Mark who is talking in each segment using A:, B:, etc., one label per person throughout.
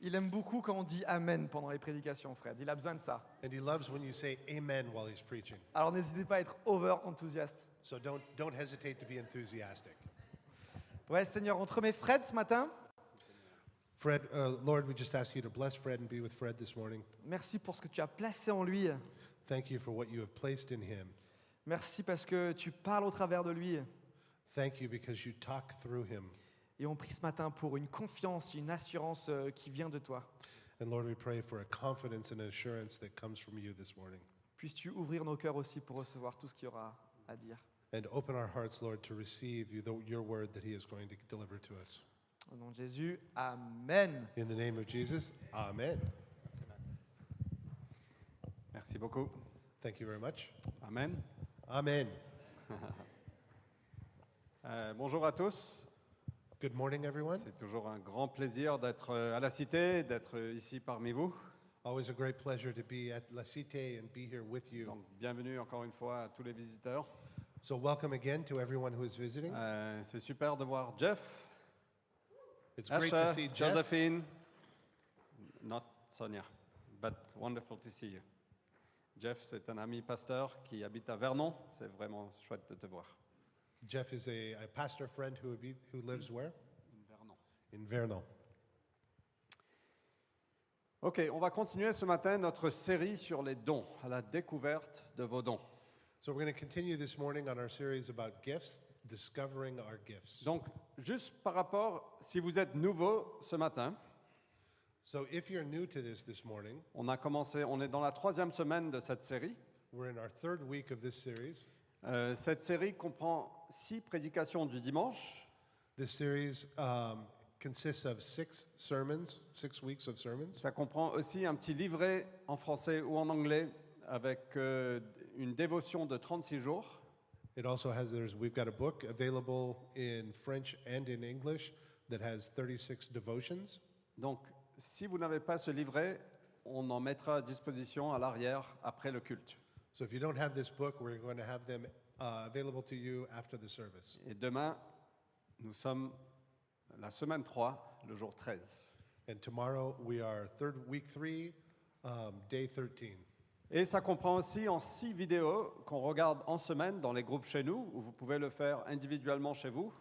A: Il aime beaucoup quand on dit Amen pendant les prédications, Fred. Il a besoin de ça.
B: And he loves when you say amen while he's preaching.
A: Alors n'hésitez pas à être over-enthousiaste.
B: So don't, don't hesitate to be enthusiastic.
A: Ouais, Seigneur, on te remet Fred ce matin.
B: Fred, uh, Lord, we just ask you to bless Fred and be with Fred this morning.
A: Merci pour ce que tu as placé en lui.
B: Thank you for what you have placed in him.
A: Merci parce que tu parles au travers de lui.
B: Thank you because you talk through him.
A: Et on prie ce matin pour une confiance, une assurance euh, qui vient de toi.
B: And Lord, we pray for a confidence and assurance that comes from you this morning.
A: Puisses-tu ouvrir nos cœurs aussi pour recevoir tout ce qu'il y aura à dire.
B: And open our hearts, Lord, to receive you, the, your word that he is going to deliver to us.
A: Au nom de Jésus, Amen.
B: In the name of Jesus, amen.
C: Merci beaucoup.
B: Thank you very much.
C: Amen.
B: Amen.
C: Euh, bonjour à tous.
B: Good morning, everyone.
C: C'est toujours un grand plaisir d'être euh, à la Cité, d'être euh, ici parmi vous.
B: Always a great pleasure to be at La Cité and be here with you.
C: Donc, bienvenue encore une fois à tous les visiteurs.
B: So, welcome again to everyone who is visiting.
C: Euh, c'est super de voir Jeff,
B: It's great to
C: Asha,
B: see Jeff.
C: Josephine, not Sonia, but wonderful to see you. Jeff, c'est un ami pasteur qui habite à Vernon. C'est vraiment chouette de te voir.
B: Jeff is a, a pastor friend who, abi- who lives where?
C: Vernon.
B: In Vernon.
C: Ok, on va continuer ce matin notre série sur les dons, à la découverte de vos dons.
B: So, we're going to continue this morning on our series about gifts, discovering our gifts.
C: Donc, juste par rapport, si vous êtes nouveau ce matin,
B: So, if you're new to this this morning,
C: on a commencé, on est dans la troisième semaine de cette série.
B: we're in our third week of this series.
C: Euh, cette série comprend six prédications du dimanche
B: This series um, consists of six sermons, six weeks of sermons.
C: Ça comprend aussi un petit livret en français ou en anglais avec euh, une dévotion de 36 jours.
B: It also has, there's, we've got a book available in French and in English that has 36 devotions.
C: Donc, si vous n'avez pas ce livret, on en mettra à disposition à l'arrière après le culte.
B: So if you don't have this book, we're going to have them uh, available to you after the service.
C: Et demain, nous sommes la semaine 3, le jour 13.
B: And tomorrow we are third week three, um, day 13.
C: Et ça comprend aussi en six vidéos qu'on regarde en semaine dans les groupes chez nous, où vous pouvez le faire individuellement chez vous.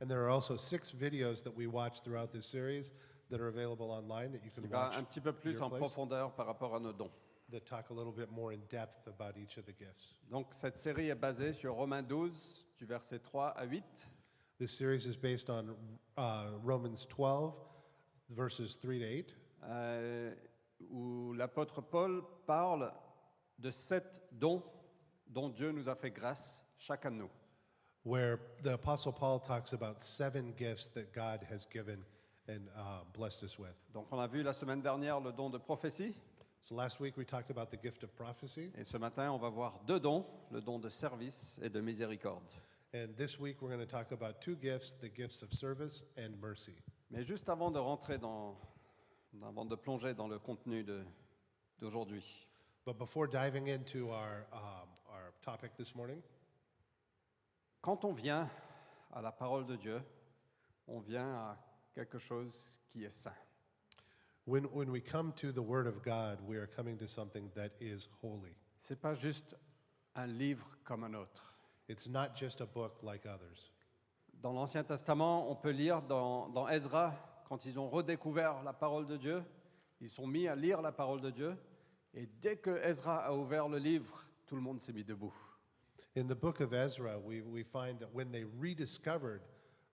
B: And there are also six videos that we watch throughout this series that are available online that you
C: Il
B: can
C: va
B: watch
C: un petit peu plus
B: your
C: en
B: place.
C: profondeur par rapport à nos dons.
B: that talk a little bit more in depth about each of the gifts.
C: Donc cette série est basée sur Romains 12, du verset 3 à 8.
B: This series is based on uh, Romans 12, verses 3 to 8.
C: euh, où l'apôtre Paul parle de sept dons dont Dieu nous a fait grâce, chacun de nous.
B: where the Apostle Paul talks about seven gifts that God has given and uh, blessed us with.
C: Donc on a vu la semaine dernière le don de prophétie,
B: So last week we talked about the gift of prophecy,
C: et ce matin on va voir deux dons, le don de service et de miséricorde.
B: and this week we're going to talk about two gifts the gifts of service and mercy.
C: Mais juste avant de rentrer dans, avant de plonger dans le contenu de- d'aujourd'hui,
B: But before diving into our, um, our topic this morning,
C: Quand on vient à la parole de Dieu, on vient à quelque chose qui est saint.
B: when, when we come to the Word of God, we are coming to something that is holy.
C: C'est pas juste un livre comme un autre.
B: It's not just a book like others.
C: Dans l'Ancien Testament, on peut lire dans, dans Ezra, quand ils ont redécouvert la parole de Dieu, ils sont mis à lire la parole de Dieu, et dès que Ezra a ouvert le livre, tout le monde s'est mis debout.
B: In the book of Ezra, we, we find that when they rediscovered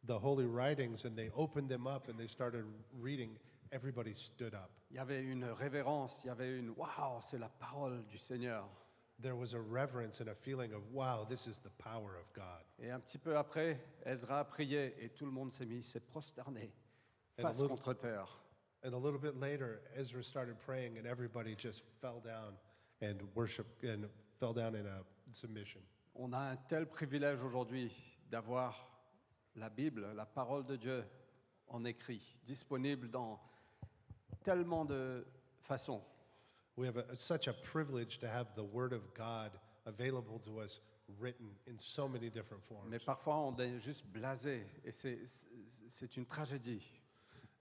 B: the holy writings and they opened them up and they started reading, everybody stood up.
C: Il y avait une révérence, il y avait une waouh, c'est la parole du Seigneur.
B: There was a reverence and a feeling of, wow, this is the power of God.
C: Et un petit peu après, Ezra a prié et tout le monde s'est mis, s'est prosterné,
B: Et
C: face
B: le loup.
C: contre terre.
B: And a little bit later, Ezra started praying and everybody just fell down and worshiped and fell down in a submission.
C: On a un tel privilège aujourd'hui d'avoir la Bible, la parole de Dieu en écrit, disponible dans tellement de façons.
B: We have a, such a privilege to have the Word of God available to us written in so many different forms.
C: Mais parfois, on est juste blasé et c'est- c'est c'est une tragédie.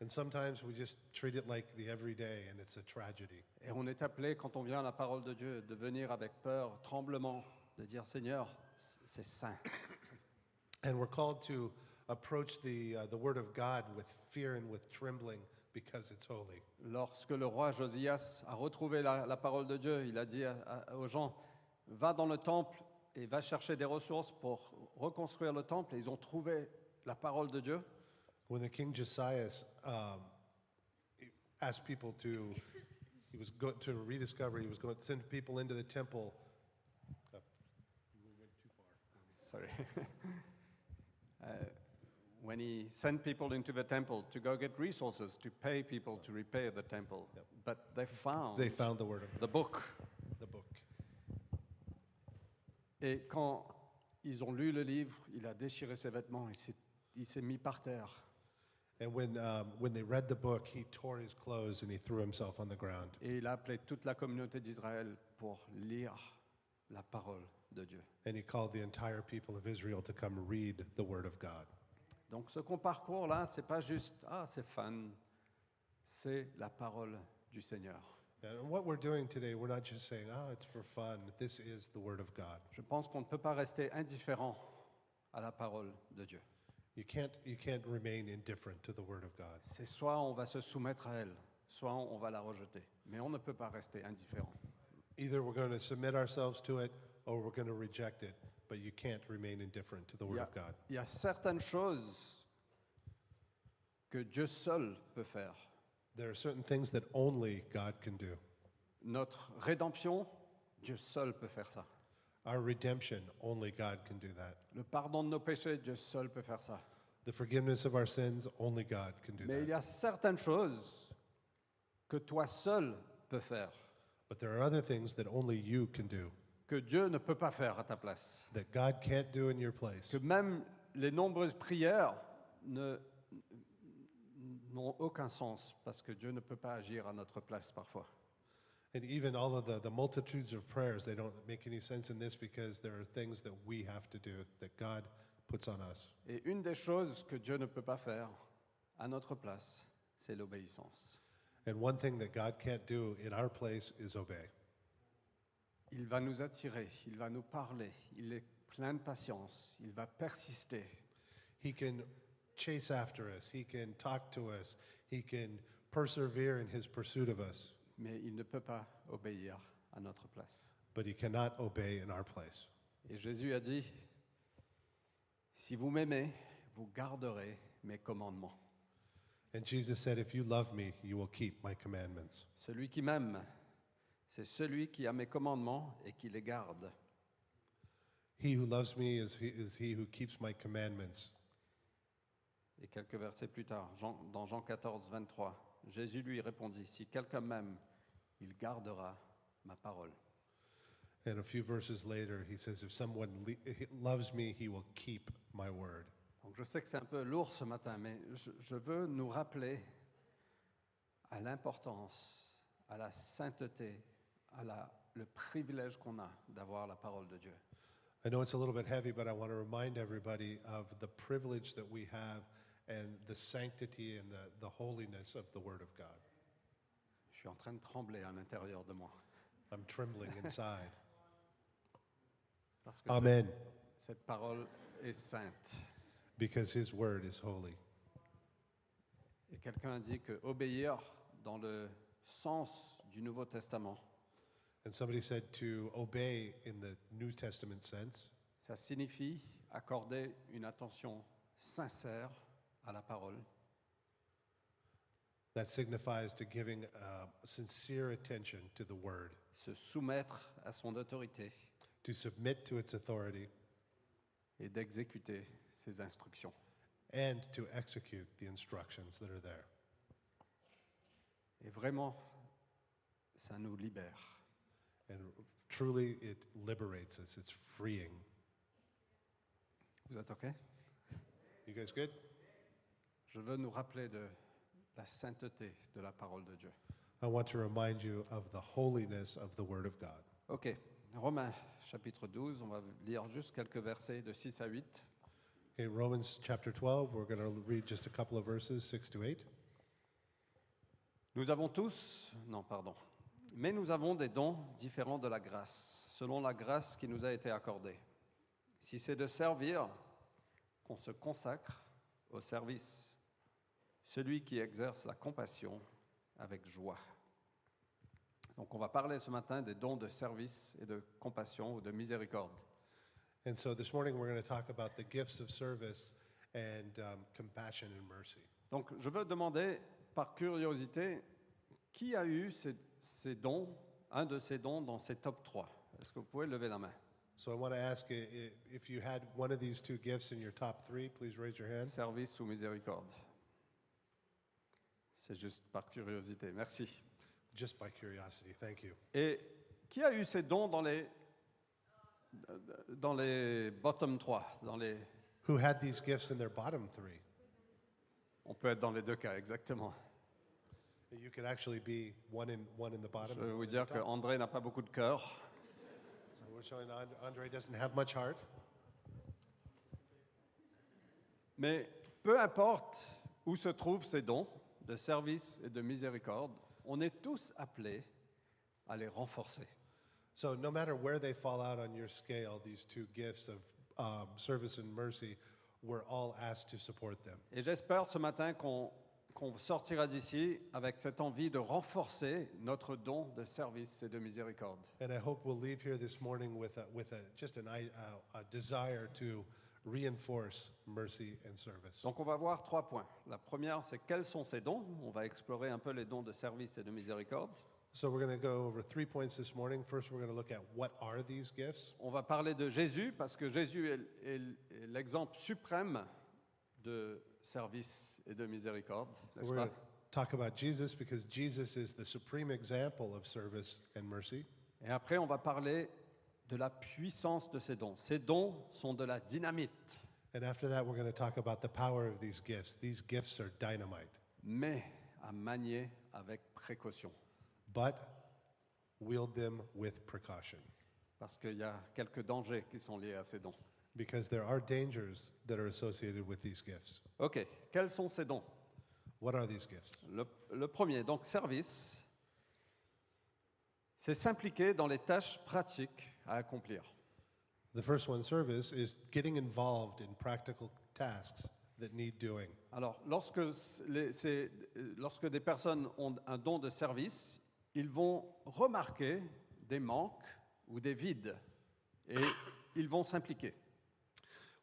B: And sometimes we just treat it like the everyday, and it's a tragedy.
C: Et on est appelé, quand on vient à la parole de Dieu, de venir avec peur, tremblement, de dire Seigneur, c'est saint.
B: And we're called to approach the, uh, the Word of God with fear and with trembling because it's holy.
C: Lorsque le roi Josias a retrouvé la, la parole de Dieu, il a dit à- à- aux gens Va dans le temple et va chercher des ressources pour reconstruire le temple. Et ils ont trouvé la parole de Dieu.
B: When the King Josias um, he asked people to, he was going to rediscover, he was going to send people into the temple.
C: Sorry. Uh, when he sent people into the temple to go get resources, to pay people to repair the temple. But they found,
B: They found the Word of
C: the book.
B: the book.
C: Et quand ils ont lu le livre, il a déchiré ses vêtements, il s'est- il s'est mis par terre.
B: And when, um, when they read the book, he tore his clothes and he threw himself on the ground.
C: Et il a appelé toute la communauté d'Israël pour lire la parole de Dieu.
B: And he called the entire people of Israel to come read the Word of God.
C: Donc ce qu'on parcourt là, c'est pas juste ah c'est fan, c'est la parole du Seigneur.
B: And what we're doing today, we're not just saying, oh, it's for fun. This is the Word of God.
C: Je pense qu'on ne peut pas rester indifférent à la parole de Dieu.
B: You can't, you can't remain indifferent to the Word of God.
C: C'est soit on va se soumettre à elle, soit on va la rejeter. Mais on ne peut pas rester indifférent.
B: Either we're going to submit ourselves to it or we're going to reject it, but you can't remain indifferent to the Word
C: Yeah.
B: of God.
C: Il y a certaines choses que Dieu seul peut faire.
B: There are certain things that only God can do.
C: Notre rédemption, Dieu seul peut faire ça.
B: Our redemption, only God can do that.
C: Le pardon de nos péchés, Dieu seul peut faire ça.
B: The forgiveness of our sins, only God can do
C: Mais il
B: that.
C: y a certaines choses que toi seul peux faire,
B: But there are other things that only you can do,
C: que Dieu ne peut pas faire à ta place,
B: that God can't do in your place.
C: que même les nombreuses prières ne- n'ont aucun sens parce que Dieu ne peut pas agir à notre place parfois.
B: And even all of the, the multitudes of prayers, they don't make any sense in this because there are things that we have to do that God puts on us.
C: Et une des choses que Dieu ne peut pas faire à notre place, c'est l'obéissance.
B: And one thing that God can't do in our place is obey.
C: Il va nous attirer, il va nous parler, il est plein de patience, il va persister,
B: He can chase after us, He can talk to us, He can persevere in His pursuit of us,
C: mais il ne peut pas obéir à notre place.
B: but He cannot obey in our place.
C: Et Jésus a dit, si vous m'aimez, vous garderez mes commandements.
B: And Jesus said, If you love me, you will keep my commandments.
C: Celui qui m'aime, c'est celui qui a mes commandements et qui les garde.
B: He who loves me is he, is he who keeps my commandments.
C: Et quelques versets plus tard, Jean- dans Jean 14, 23, Jésus lui répondit, si quelqu'un m'aime, il gardera ma parole.
B: And a few verses later, he says, If someone le- he loves me, he will keep my word.
C: Donc je sais que c'est un peu lourd ce matin, mais je, je veux nous rappeler à l'importance, à la sainteté, à la- le privilège qu'on a d'avoir la parole de Dieu.
B: I know it's a little bit heavy, but I want to remind everybody of the privilege that we have and the sanctity and the, the holiness of the word of God.
C: Je suis en train de trembler à l'intérieur de moi.
B: I'm trembling inside.
C: Parce que
B: Amen.
C: cette- cette parole est sainte.
B: Because his word is holy.
C: Et quelqu'un a dit que obéir dans le sens du Nouveau Testament,
B: And somebody said to obey in the New Testament sense,
C: ça signifie accorder une attention sincère à la parole,
B: that signifies to giving uh, sincere attention to the word,
C: se soumettre à son autorité
B: to submit to its authority,
C: et d'exécuter ses instructions.
B: and to execute the instructions that are there.
C: Et vraiment, ça nous libère.
B: And truly, it liberates us, it's freeing.
C: Vous êtes OK
B: You guys good?
C: Je veux nous rappeler de la sainteté de la parole de Dieu.
B: I want to remind you of the holiness of the word of God.
C: Ok, Romains chapitre 12, on va lire juste quelques versets de 6 à 8.
B: Okay, Romans chapter 12, we're going to read just a couple of verses, 6 to 8.
C: Nous avons tous, non, pardon, mais nous avons des dons différents de la grâce, selon la grâce qui nous a été accordée. Si c'est de servir, qu'on se consacre au service. Celui qui exerce la compassion avec joie. Donc on va parler ce matin des dons de service et de compassion ou de miséricorde.
B: And so this morning we're going to talk about the gifts of service and um, compassion and mercy.
C: Donc je veux demander par curiosité, qui a eu ces, ces dons, un de ces dons dans ces top 3 Est-ce que vous pouvez lever la main
B: So I want to ask i- i- if you had one of these two gifts in your top three, please raise your hand.
C: Service ou miséricorde C'est juste par curiosité, merci.
B: Just by curiosity, thank you.
C: Et qui a eu ces dons dans les, dans les bottom 3 dans les,
B: Who had these gifts in their bottom three?
C: On peut être dans les deux cas, exactement.
B: You could actually be one in one in the
C: Je
B: bottom.
C: vais
B: and
C: vous
B: one in
C: dire
B: the
C: que
B: top.
C: André n'a pas beaucoup de cœur.
B: So we're showing And- Andre doesn't have much heart.
C: Mais peu importe où se trouvent ces dons de service et de miséricorde, on est tous appelés à les renforcer.
B: So no matter where they fall out on your scale, these two gifts of um, service and mercy, we're all asked to support them.
C: Et j'espère ce matin qu'on qu'on sortira d'ici avec cette envie de renforcer notre don de service et de miséricorde.
B: And I hope we'll leave here this morning with a, with a, just an, i- uh, a desire to reinforce mercy and service.
C: Donc on va voir trois points. La première, c'est quels sont ces dons On va explorer un peu les dons de service et de miséricorde.
B: So we're going to go over three points this morning. First, we're going to look at what are these gifts.
C: On va parler de Jésus parce que Jésus est l- est l- est l'exemple suprême de service et de miséricorde, n'est-ce
B: We're going
C: pas
B: to talk about Jesus because Jesus is the supreme example of service and mercy.
C: Et après, on va parler de la puissance de ces dons. Ces dons sont de la dynamite,
B: And after that, we're going to talk about the power of these gifts. These gifts are dynamite,
C: mais à manier avec précaution.
B: but wield them with precaution
C: Parce qu'il y a quelques dangers qui sont liés à ces dons.
B: because there are dangers that are associated with these gifts.
C: OK, quels sont ces dons
B: What are these gifts?
C: le, le premier, donc service, c'est s'impliquer dans les tâches pratiques à accomplir.
B: The first one, service, is getting involved in practical tasks that need doing.
C: Alors, lorsque, s- les- ces- euh, lorsque des personnes ont un don de service, ils vont remarquer des manques ou des vides et ils vont s'impliquer.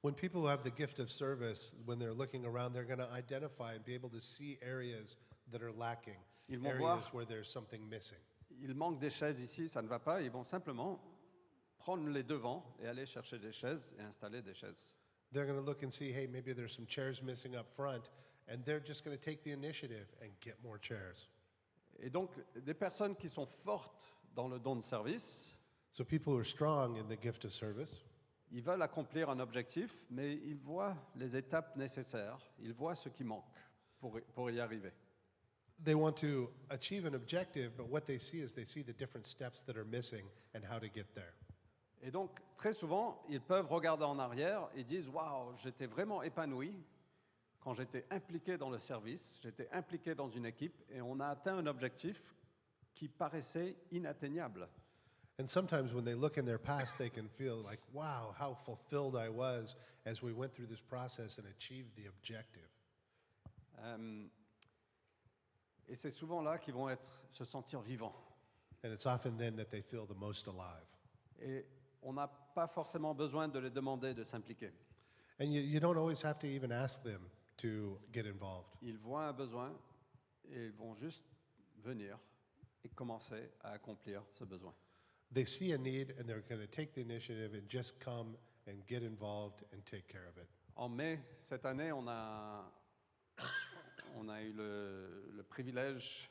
B: When people who have the gift of service, when they're looking around, they're going to identify and be able to see areas that are lacking,
C: Ils vont voir.
B: areas where there's something missing.
C: Il manque des chaises ici, ça ne va pas, ils vont simplement prendre les devants et aller chercher des chaises et installer des chaises.
B: They're going to look and see, hey, maybe there's some chairs missing up front, and they're just going to take the initiative and get more chairs.
C: Et donc, des personnes qui sont fortes dans le don de service,
B: So people who are strong in the gift of service,
C: ils veulent accomplir un objectif, mais ils voient les étapes nécessaires, ils voient ce qui manque pour, y- pour y arriver.
B: they want to achieve an objective, but what they see is they see the different steps that are missing and how to get there.
C: Et donc, très souvent, ils peuvent regarder en arrière et disent Waouh, j'étais vraiment épanoui quand j'étais impliqué dans le service, j'étais impliqué dans une équipe et on a atteint un objectif qui paraissait inatteignable.
B: And sometimes when they look in their past, they can feel like, wow, how fulfilled I was as we went through this process and achieved the objective.
C: Euh, et c'est souvent là qu'ils vont être, se sentir vivants.
B: And it's often then that they feel the most alive.
C: Et on n'a pas forcément besoin de les demander de s'impliquer.
B: And you, you don't always have to even ask them to get involved.
C: Ils voient un besoin et ils vont juste venir et commencer à accomplir ce besoin.
B: They see a need and they're going to take the initiative and just come and get involved and take care of it.
C: En mai, cette année, on a, on a eu le, le privilège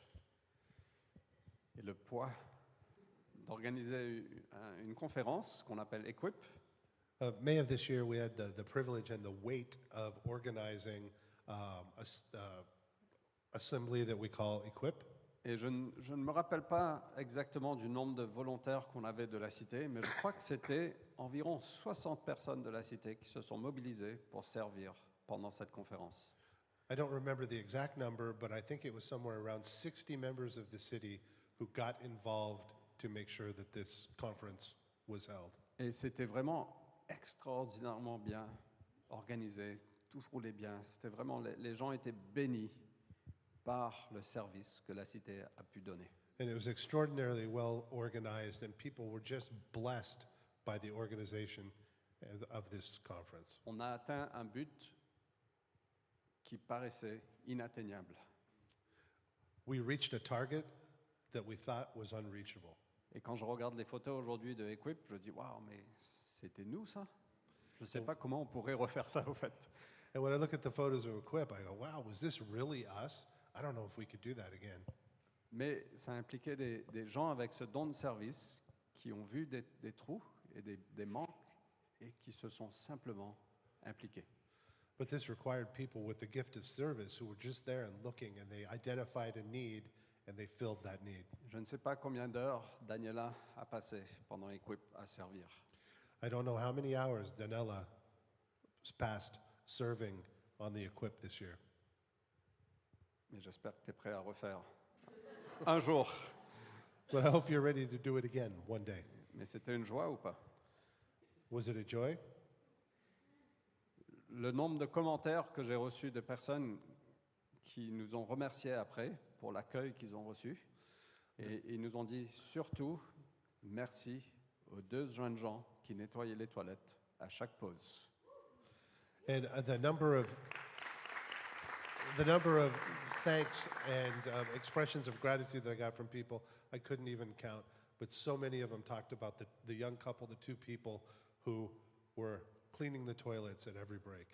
C: et le poids d'organiser u- un- une conférence qu'on appelle Equip.
B: Uh, May of this year, we had the, the privilege and the weight of organizing um, a s- uh, assembly that we call Equip.
C: Et je, ne- je ne me rappelle pas exactement du nombre de volontaires qu'on avait de la cité, mais je crois que c'était environ 60 personnes de la cité qui se sont mobilisées pour servir pendant cette conférence.
B: I don't remember the exact number, but I think it was somewhere around 60 members of the city who got involved to make sure that this conference was held.
C: Et c'était vraiment extraordinairement bien organisé. Tout roulait bien. C'était vraiment les, les gens étaient bénis par le service que la cité a pu donner.
B: And it was extraordinarily well organized, and people were just blessed by the organization of- of this conference.
C: On a atteint un but qui paraissait inatteignable
B: We reached a target that we thought was unreachable.
C: Et quand je regarde les photos aujourd'hui de Equip, je dis waouh, mais c'était nous ça Je ne sais pas comment on pourrait refaire ça au fait.
B: And when I look at the photos of Equip, I go, wow, was this really us? I don't know if we could do that again.
C: Mais ça impliquait des, des gens avec ce don de service qui ont vu des, des trous et des, des manques et qui se sont simplement impliqués.
B: But this required people with the gift of service who were just there and looking, and they identified a need and they filled that need.
C: Je ne sais pas combien d'heures Daniela a passé pendant Equip à servir.
B: I don't know how many hours Danella passed serving on the Equip this year.
C: Mais j'espère que tu es prêt à refaire un jour.
B: But I hope you're ready to do it again one day.
C: Mais c'était une joie ou pas
B: Was it a joy?
C: le nombre de commentaires que j'ai reçus de personnes qui nous ont remerciés après pour l'accueil qu'ils ont reçu. Et ils nous ont dit surtout merci aux deux jeunes gens qui nettoyaient les toilettes à chaque pause.
B: And uh, the number of the number of thanks and um, expressions of gratitude that I got from people, I couldn't even count. But so many of them talked about the, the young couple, the two people who were cleaning the toilets at every break.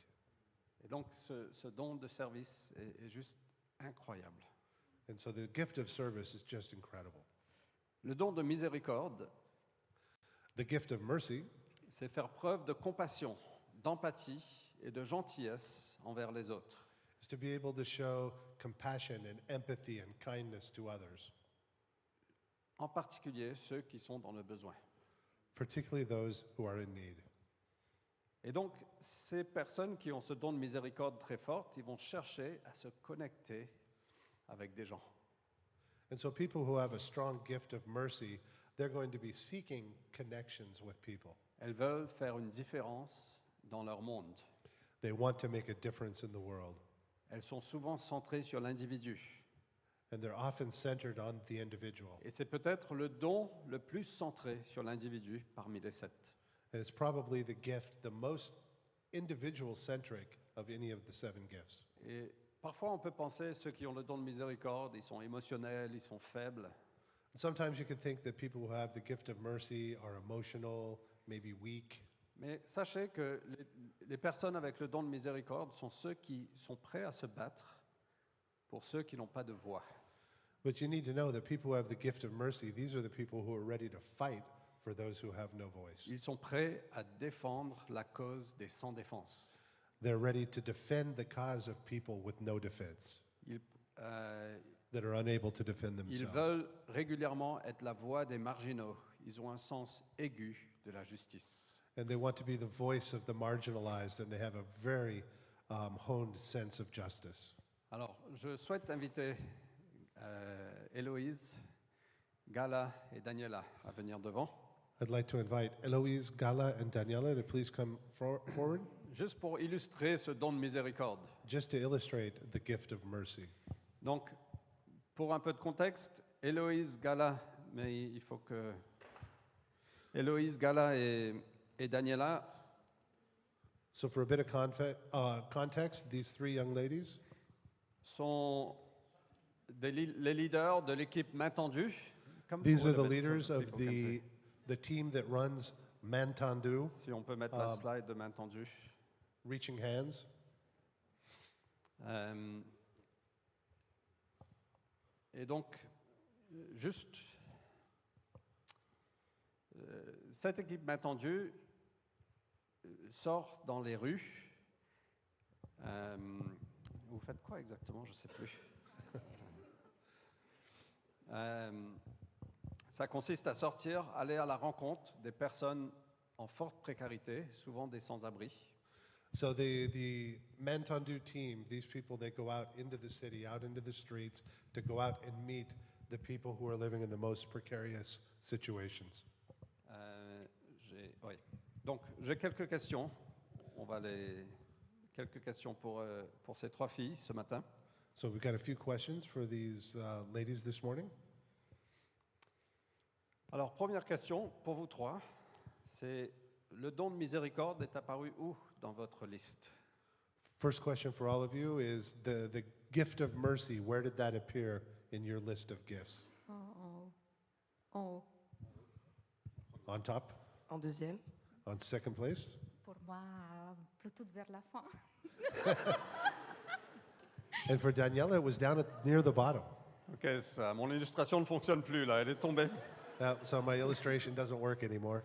C: Et donc ce, ce don de service est, est juste incroyable.
B: And so the gift of service is just incredible.
C: Le don de miséricorde,
B: The gift of mercy
C: c'est faire preuve de compassion, d'empathie et de gentillesse envers les autres.
B: is to be able to show compassion and empathy and kindness to others,
C: En particulier ceux qui sont dans le besoin.
B: particularly those who are in need.
C: Et donc, ces personnes qui ont ce don de miséricorde très forte, ils vont chercher à se connecter avec des gens.
B: And so, people who have a strong gift of mercy, they're going to be seeking connections with people.
C: Elles veulent faire une différence dans leur monde.
B: They want to make a difference in the world.
C: Elles sont souvent centrées sur l'individu.
B: And they're often centered on the individual.
C: Et c'est peut-être le don le plus centré sur l'individu parmi les sept.
B: And it's probably the gift the most individual centric of any of the seven gifts.
C: Et parfois, on peut penser, ceux qui ont le don de miséricorde, ils sont émotionnels, ils sont faibles.
B: And sometimes you can think that people who have the gift of mercy are emotional, maybe weak.
C: Mais sachez que les, les personnes avec le don de miséricorde sont ceux qui sont prêts à se battre pour ceux qui n'ont pas de voix.
B: But you need to know that people who have the gift of mercy, these are the people who are ready to fight for those who have no voice.
C: Ils sont prêts à défendre la cause des sans-défense.
B: They're ready to defend the cause of people with no defense.
C: Ils, euh,
B: that are unable to defend
C: ils
B: themselves.
C: veulent régulièrement être la voix des marginaux. Ils ont un sens aigu de la justice.
B: And they want to be the voice of the marginalized, and they have a very um, honed sense of justice.
C: Alors, je souhaite inviter euh, Héloïse, Gala et Daniela à venir devant,
B: I'd like to invite Eloise, Gala, and Daniela to please come for- forward
C: juste pour illustrer ce don de miséricorde.
B: just to illustrate the gift of mercy.
C: Donc, pour un peu de contexte, Héloïse Gala, mais il faut que. Héloïse Gala et, et Daniela
B: So, for a bit of confe- uh, context, these three young ladies
C: sont des li- les leaders de l'équipe main tendue. Comme
B: these
C: pour
B: are the
C: le-
B: leaders
C: people
B: of
C: can
B: the,
C: see.
B: the team that runs Mantandu,
C: Si on peut mettre la
B: Ah.
C: slide de main tendue.
B: Reaching Hands.
C: Euh, et donc, euh, juste, euh, cette équipe main tendue euh, sort dans les rues. Euh, vous faites quoi exactement Je ne sais plus. Euh, ça consiste à sortir, aller à la rencontre des personnes en forte précarité, souvent des sans-abri,
B: So the, the Mantondu team, these people, they go out into the city, out into the streets to go out and meet the people who are living in the most precarious situations.
C: Euh, j'ai- oui. Donc, j'ai quelques questions. On va les. Quelques questions pour, euh, pour ces trois filles ce matin.
B: So we've got a few questions for these uh, ladies this morning.
C: Alors, première question pour vous trois c'est le don de miséricorde est apparu où dans votre liste
B: First question for all of you is the, the gift of mercy, where did that appear in your list of gifts?
D: En, en haut. En haut.
B: On top?
E: En deuxième,
B: On second place?
D: Pour moi, euh, plutôt vers la fin.
B: And for Daniela, it was down at, near the bottom.
C: Ok, ça, mon illustration ne fonctionne plus là, elle est tombée.
B: Uh, so my illustration doesn't work anymore.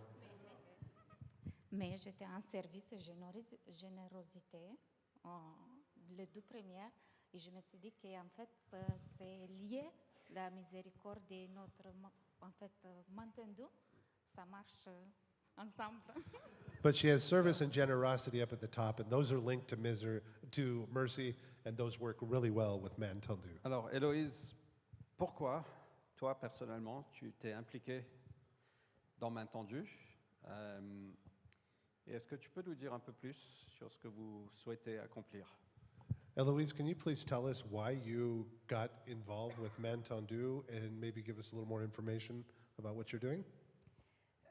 D: Mais j'étais en service et généros- générosité, en- les deux premières, et je me suis dit qu'en fait, euh, c'est lié la miséricorde et notre, ma- en fait, euh, Mantendu, ça marche euh, ensemble.
B: But she has service and generosity up at the top, and those are linked to miser- to mercy, and those work really well with Manteldu.
C: Alors, Héloïse, pourquoi, toi, personnellement, tu t'es impliquée dans Main Tendue Euh, Et est-ce que tu peux nous dire un peu plus sur ce que vous souhaitez accomplir
B: Eloise, can you please tell us why you got involved with Mantendu and maybe give us a little more information about what you're doing?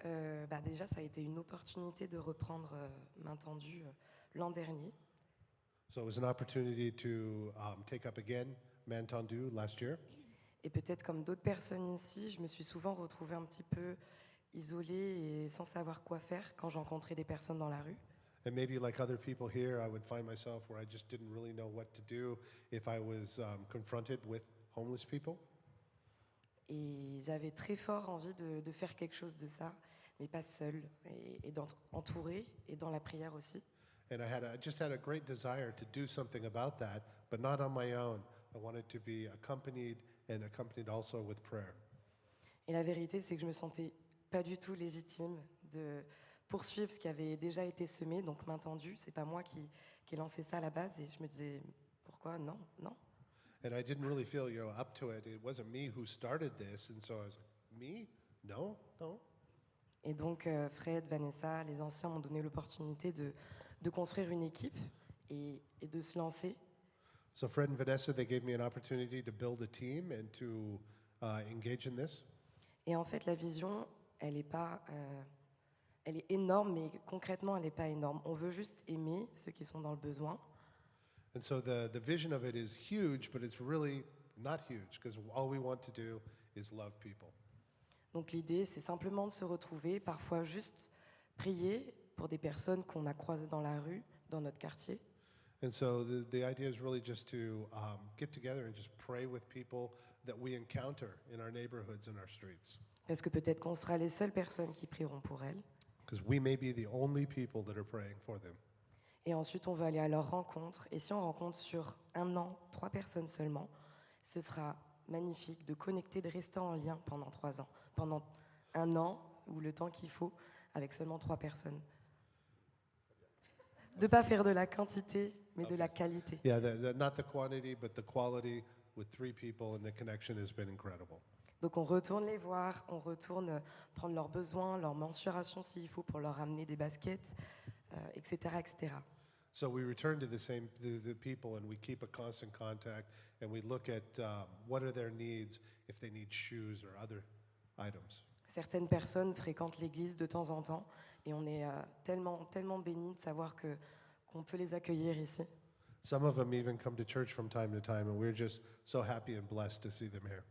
E: euh, bah déjà, ça a été une opportunité de reprendre euh, main tendue euh, l'an dernier.
B: So it was an opportunity to um, take up again Mantendu last year.
E: Et peut-être comme d'autres personnes ici, je me suis souvent retrouvée un petit peu isolée et sans savoir quoi faire quand j'encontrais des personnes dans la rue.
B: And maybe like other people here, I would find myself where I just didn't really know what to do if I was um, confronted with homeless people.
E: Et j'avais très fort envie de, de faire quelque chose de ça, mais pas seule, et, et d'ent- entourée, et dans la prière aussi.
B: And I had a, I just had a great desire to do something about that, but not on my own. I wanted to be accompanied and accompanied also with prayer.
E: Et la vérité, c'est que je me sentais pas du tout légitime de poursuivre ce qui avait déjà été semé, donc main tendue. C'est pas moi qui, qui ai lancé ça à la base, et je me disais pourquoi non, non.
B: And I didn't really feel, you know, up to it. It wasn't me who started this, and so I was like, me? No, no.
E: Et donc euh, Fred, Vanessa, les anciens m'ont donné l'opportunité de, de construire une équipe et, et de se lancer.
B: So Fred and Vanessa, they gave me an opportunity to build a team and to uh, engage in this.
E: Et en fait, la vision, elle est pas, euh, elle est énorme, mais concrètement, elle n'est pas énorme. On veut juste aimer ceux qui sont dans le besoin.
B: And so the, the vision of it is huge, but it's really not huge because all we want to do is love people.
E: Donc l'idée, c'est simplement de se retrouver, parfois juste prier pour des personnes qu'on a croisées dans la rue, dans notre quartier,
B: And so the, the idea is really just to um, get together and just pray with people that we encounter in our neighborhoods and our streets.
E: parce que peut-être qu'on sera les seules personnes qui prieront pour elles.
B: Because we may be the only people that are praying for them.
E: Et ensuite, on va aller à leur rencontre. Et si on rencontre sur un an trois personnes seulement, ce sera magnifique de connecter, de rester en lien pendant trois ans, pendant un an ou le temps qu'il faut, avec seulement trois personnes. De pas faire de la quantité, mais de la qualité.
B: Yeah, the, the, not the quantity, but the quality with three people, and the connection has been incredible.
E: Donc on retourne les voir, on retourne euh, prendre leurs besoins, leurs mensurations s'il faut pour leur amener des baskets, euh, etc., etc.
B: So we return to the same the, the people, and we keep a constant contact, and we look at um, what are their needs, if they need shoes or other items.
E: Certaines personnes fréquentent l'église de temps en temps et on est euh, tellement, tellement bénis de savoir que qu'on peut les accueillir ici.
B: Some of them even come to church from time to time, and we're just so happy and blessed to see them here.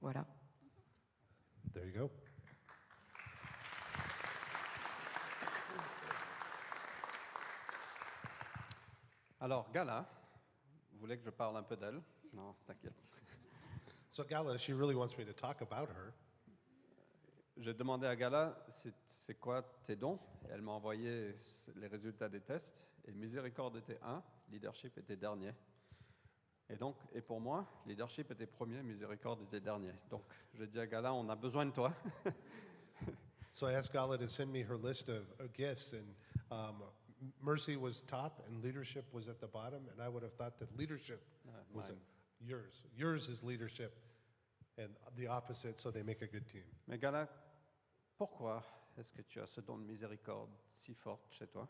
E: Voilà.
B: There you go.
C: Alors, Gala, vous voulez que je parle un peu d'elle Non, t'inquiète.
B: So Gala, she really wants me to talk about her.
C: J'ai demandé à Gala, c'est- c'est quoi tes dons Elle m'a envoyé s- les résultats des tests. Et Miséricorde était 1, Leadership était dernier. Et donc, et pour moi, Leadership était premier, Miséricorde était dernier. Donc, j'ai dit à Gala, on a besoin de toi.
B: So I asked Gala to send me her list of uh, gifts, and um, mercy was top and leadership was at the bottom, and I would have thought that leadership
C: Euh,
B: was
C: mine.
B: yours. Yours is leadership, and the opposite, so they make a good team.
C: Mais Gala, pourquoi est-ce que tu as ce don de miséricorde si fort chez toi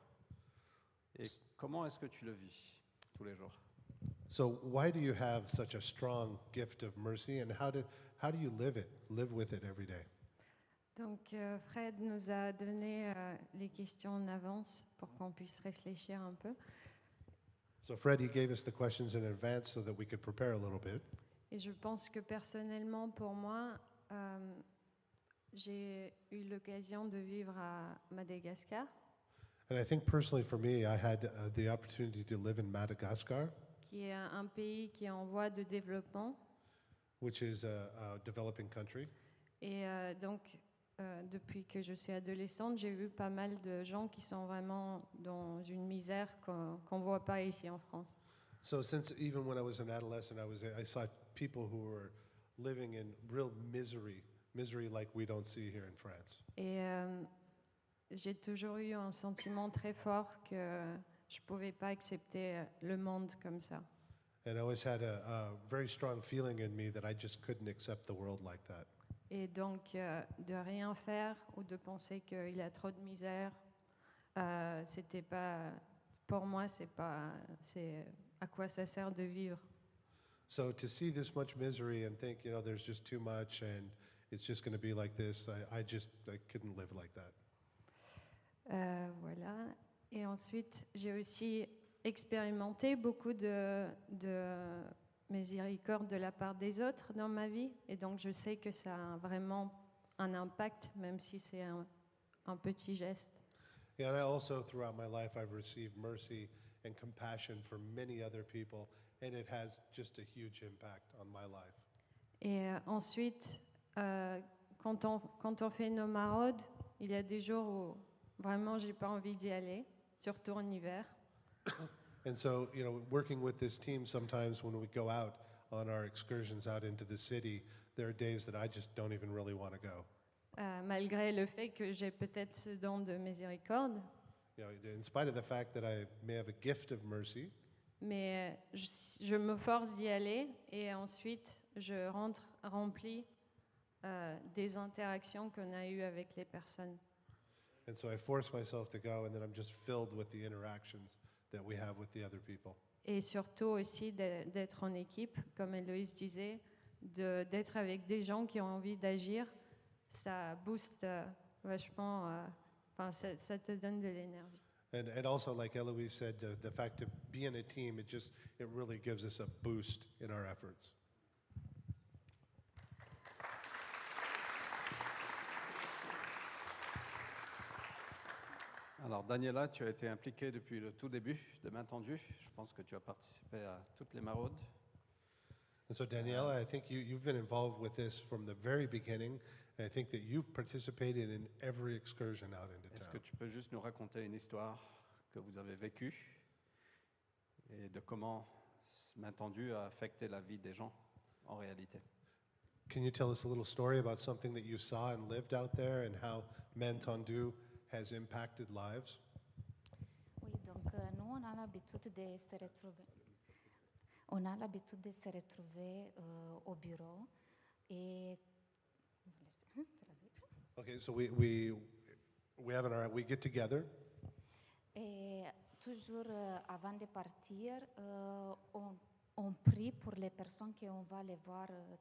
C: Et comment est-ce que tu le vis tous les jours
B: So why do you have such a strong gift of mercy, and how do how do you live it? Live with it every day.
F: Donc euh, Fred nous a donné euh, les questions en avance pour qu'on puisse réfléchir un peu.
B: So Fred, he gave us the questions in advance so that we could prepare a little bit.
F: Et je pense que personnellement, pour moi, euh, j'ai eu l'occasion de vivre à Madagascar.
B: And I think personally for me, I had uh, the opportunity to live in Madagascar,
F: qui est un pays qui est en voie de développement.
B: which is a, a developing country.
F: Et euh, donc, euh, depuis que je suis adolescente, j'ai vu pas mal de gens qui sont vraiment dans une misère qu'on qu'on voit pas ici en France.
B: So since even when I was an adolescent, I was I saw people who were living in real misery, misery like we don't see here in France.
F: Et euh, j'ai toujours eu un sentiment très fort que je pouvais pas accepter euh, le monde comme ça.
B: And I always had a, a very strong feeling in me that I just couldn't accept the world like that.
F: Et donc, euh, de rien faire ou de penser qu'il y a trop de misère, euh, c'était pas. Pour moi, c'est pas. C'est à quoi ça sert de vivre.
B: So to see this much misery and think, you know, there's just too much and it's just going to be like this, I, I just I couldn't live like that.
F: Euh, voilà. Et ensuite, j'ai aussi expérimenté beaucoup de, de miséricorde de la part des autres dans ma vie. Et donc, je sais que ça a vraiment un impact, même si c'est un, un petit geste.
B: Yeah, and I also throughout my life I've received mercy and compassion for many other people, and it has just a huge impact on my life.
F: Et euh, ensuite, euh, quand, on, quand on fait nos maraudes, il y a des jours où vraiment, j'ai pas envie d'y aller, surtout en hiver.
B: And so, you know, working with this team, sometimes when we go out on our excursions out into the city, there are days that I just don't even really want to go.
F: Euh, malgré le fait que j'ai peut-être ce don de miséricorde,
B: You know, in spite of the fact that I may have a gift of mercy,
F: Mais euh, je, je me force d'y aller et ensuite je rentre remplie euh, des interactions qu'on a eues avec les personnes.
B: and so I force myself to go, and then I'm just filled with the interactions that we have with the other people.
F: Et surtout aussi d'e- d'être en équipe, comme Héloïse disait, de- d'être avec des gens qui ont envie d'agir, ça booste euh, vachement, euh, enfin, ça, ça te donne de l'énergie.
B: And, and also, like Eloise said, uh, the fact to be in a team, it just it really gives us a boost in our efforts.
C: Alors Daniela, tu as été impliquée depuis le tout début de Main Tendue. Je pense que tu as participé à toutes les maraudes.
B: And so, Daniela, I think you, you've been involved with this from the very beginning. And I think that you've participated in every excursion out into
C: Est-ce
B: town.
C: que tu peux juste nous raconter une histoire que vous avez vécue et de comment Main Tendue a affecté la vie des gens en réalité
B: Can you tell us a little story about something that you saw and lived out there and how Mantondu has impacted lives?
D: Oui, donc euh, nous, on a l'habitude de se retrouver. On a l'habitude de se retrouver euh, au bureau et.
B: Okay, so we, we, we, have in our, we get together
D: Et E, toujours euh, avant de partir, euh, on, on prie pour les personnes qu'on va les voir euh,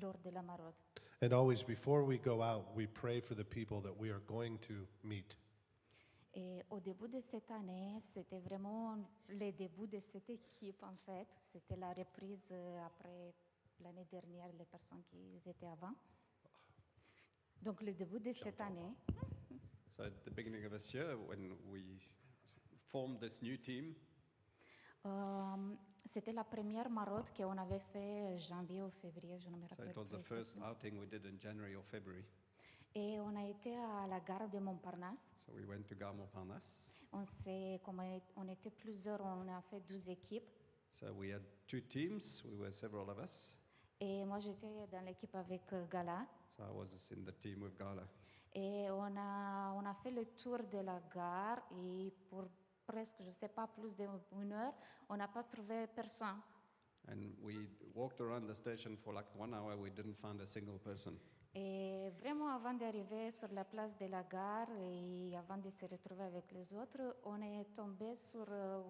D: lors de la maraude.
B: And always before we go out, we pray for the people that we are going to meet.
D: Et au début de cette année, c'était vraiment le début de cette équipe en fait. C'était la reprise euh, après l'année dernière, les personnes qui étaient avant. Donc le début de cette année.
C: So at the beginning of this year, when we formed this new team,
D: Euh, c'était la première maraude qu'on avait fait euh, janvier ou février, je ne me
C: so
D: rappelle
C: it was the
D: plus
C: first
D: exactement.
C: outing we did in January or February.
D: Et Eh, on a été à la gare de Montparnasse.
C: So we went to Gare Montparnasse.
D: On, s'est- comme on était plusieurs, on a fait 12 équipes.
C: So we had two teams. We were several of us.
D: Et moi, j'étais dans l'équipe avec euh, Gala.
C: So I was in the team with Gala.
D: Et on a, on a fait le tour de la gare et pour presque, je ne sais pas, plus d'une heure, on n'a pas trouvé personne.
C: And we walked around the station for like one hour. We didn't find a single person.
D: Et vraiment, avant d'arriver sur la place de la gare et avant de se retrouver avec les autres, on est tombé sur euh,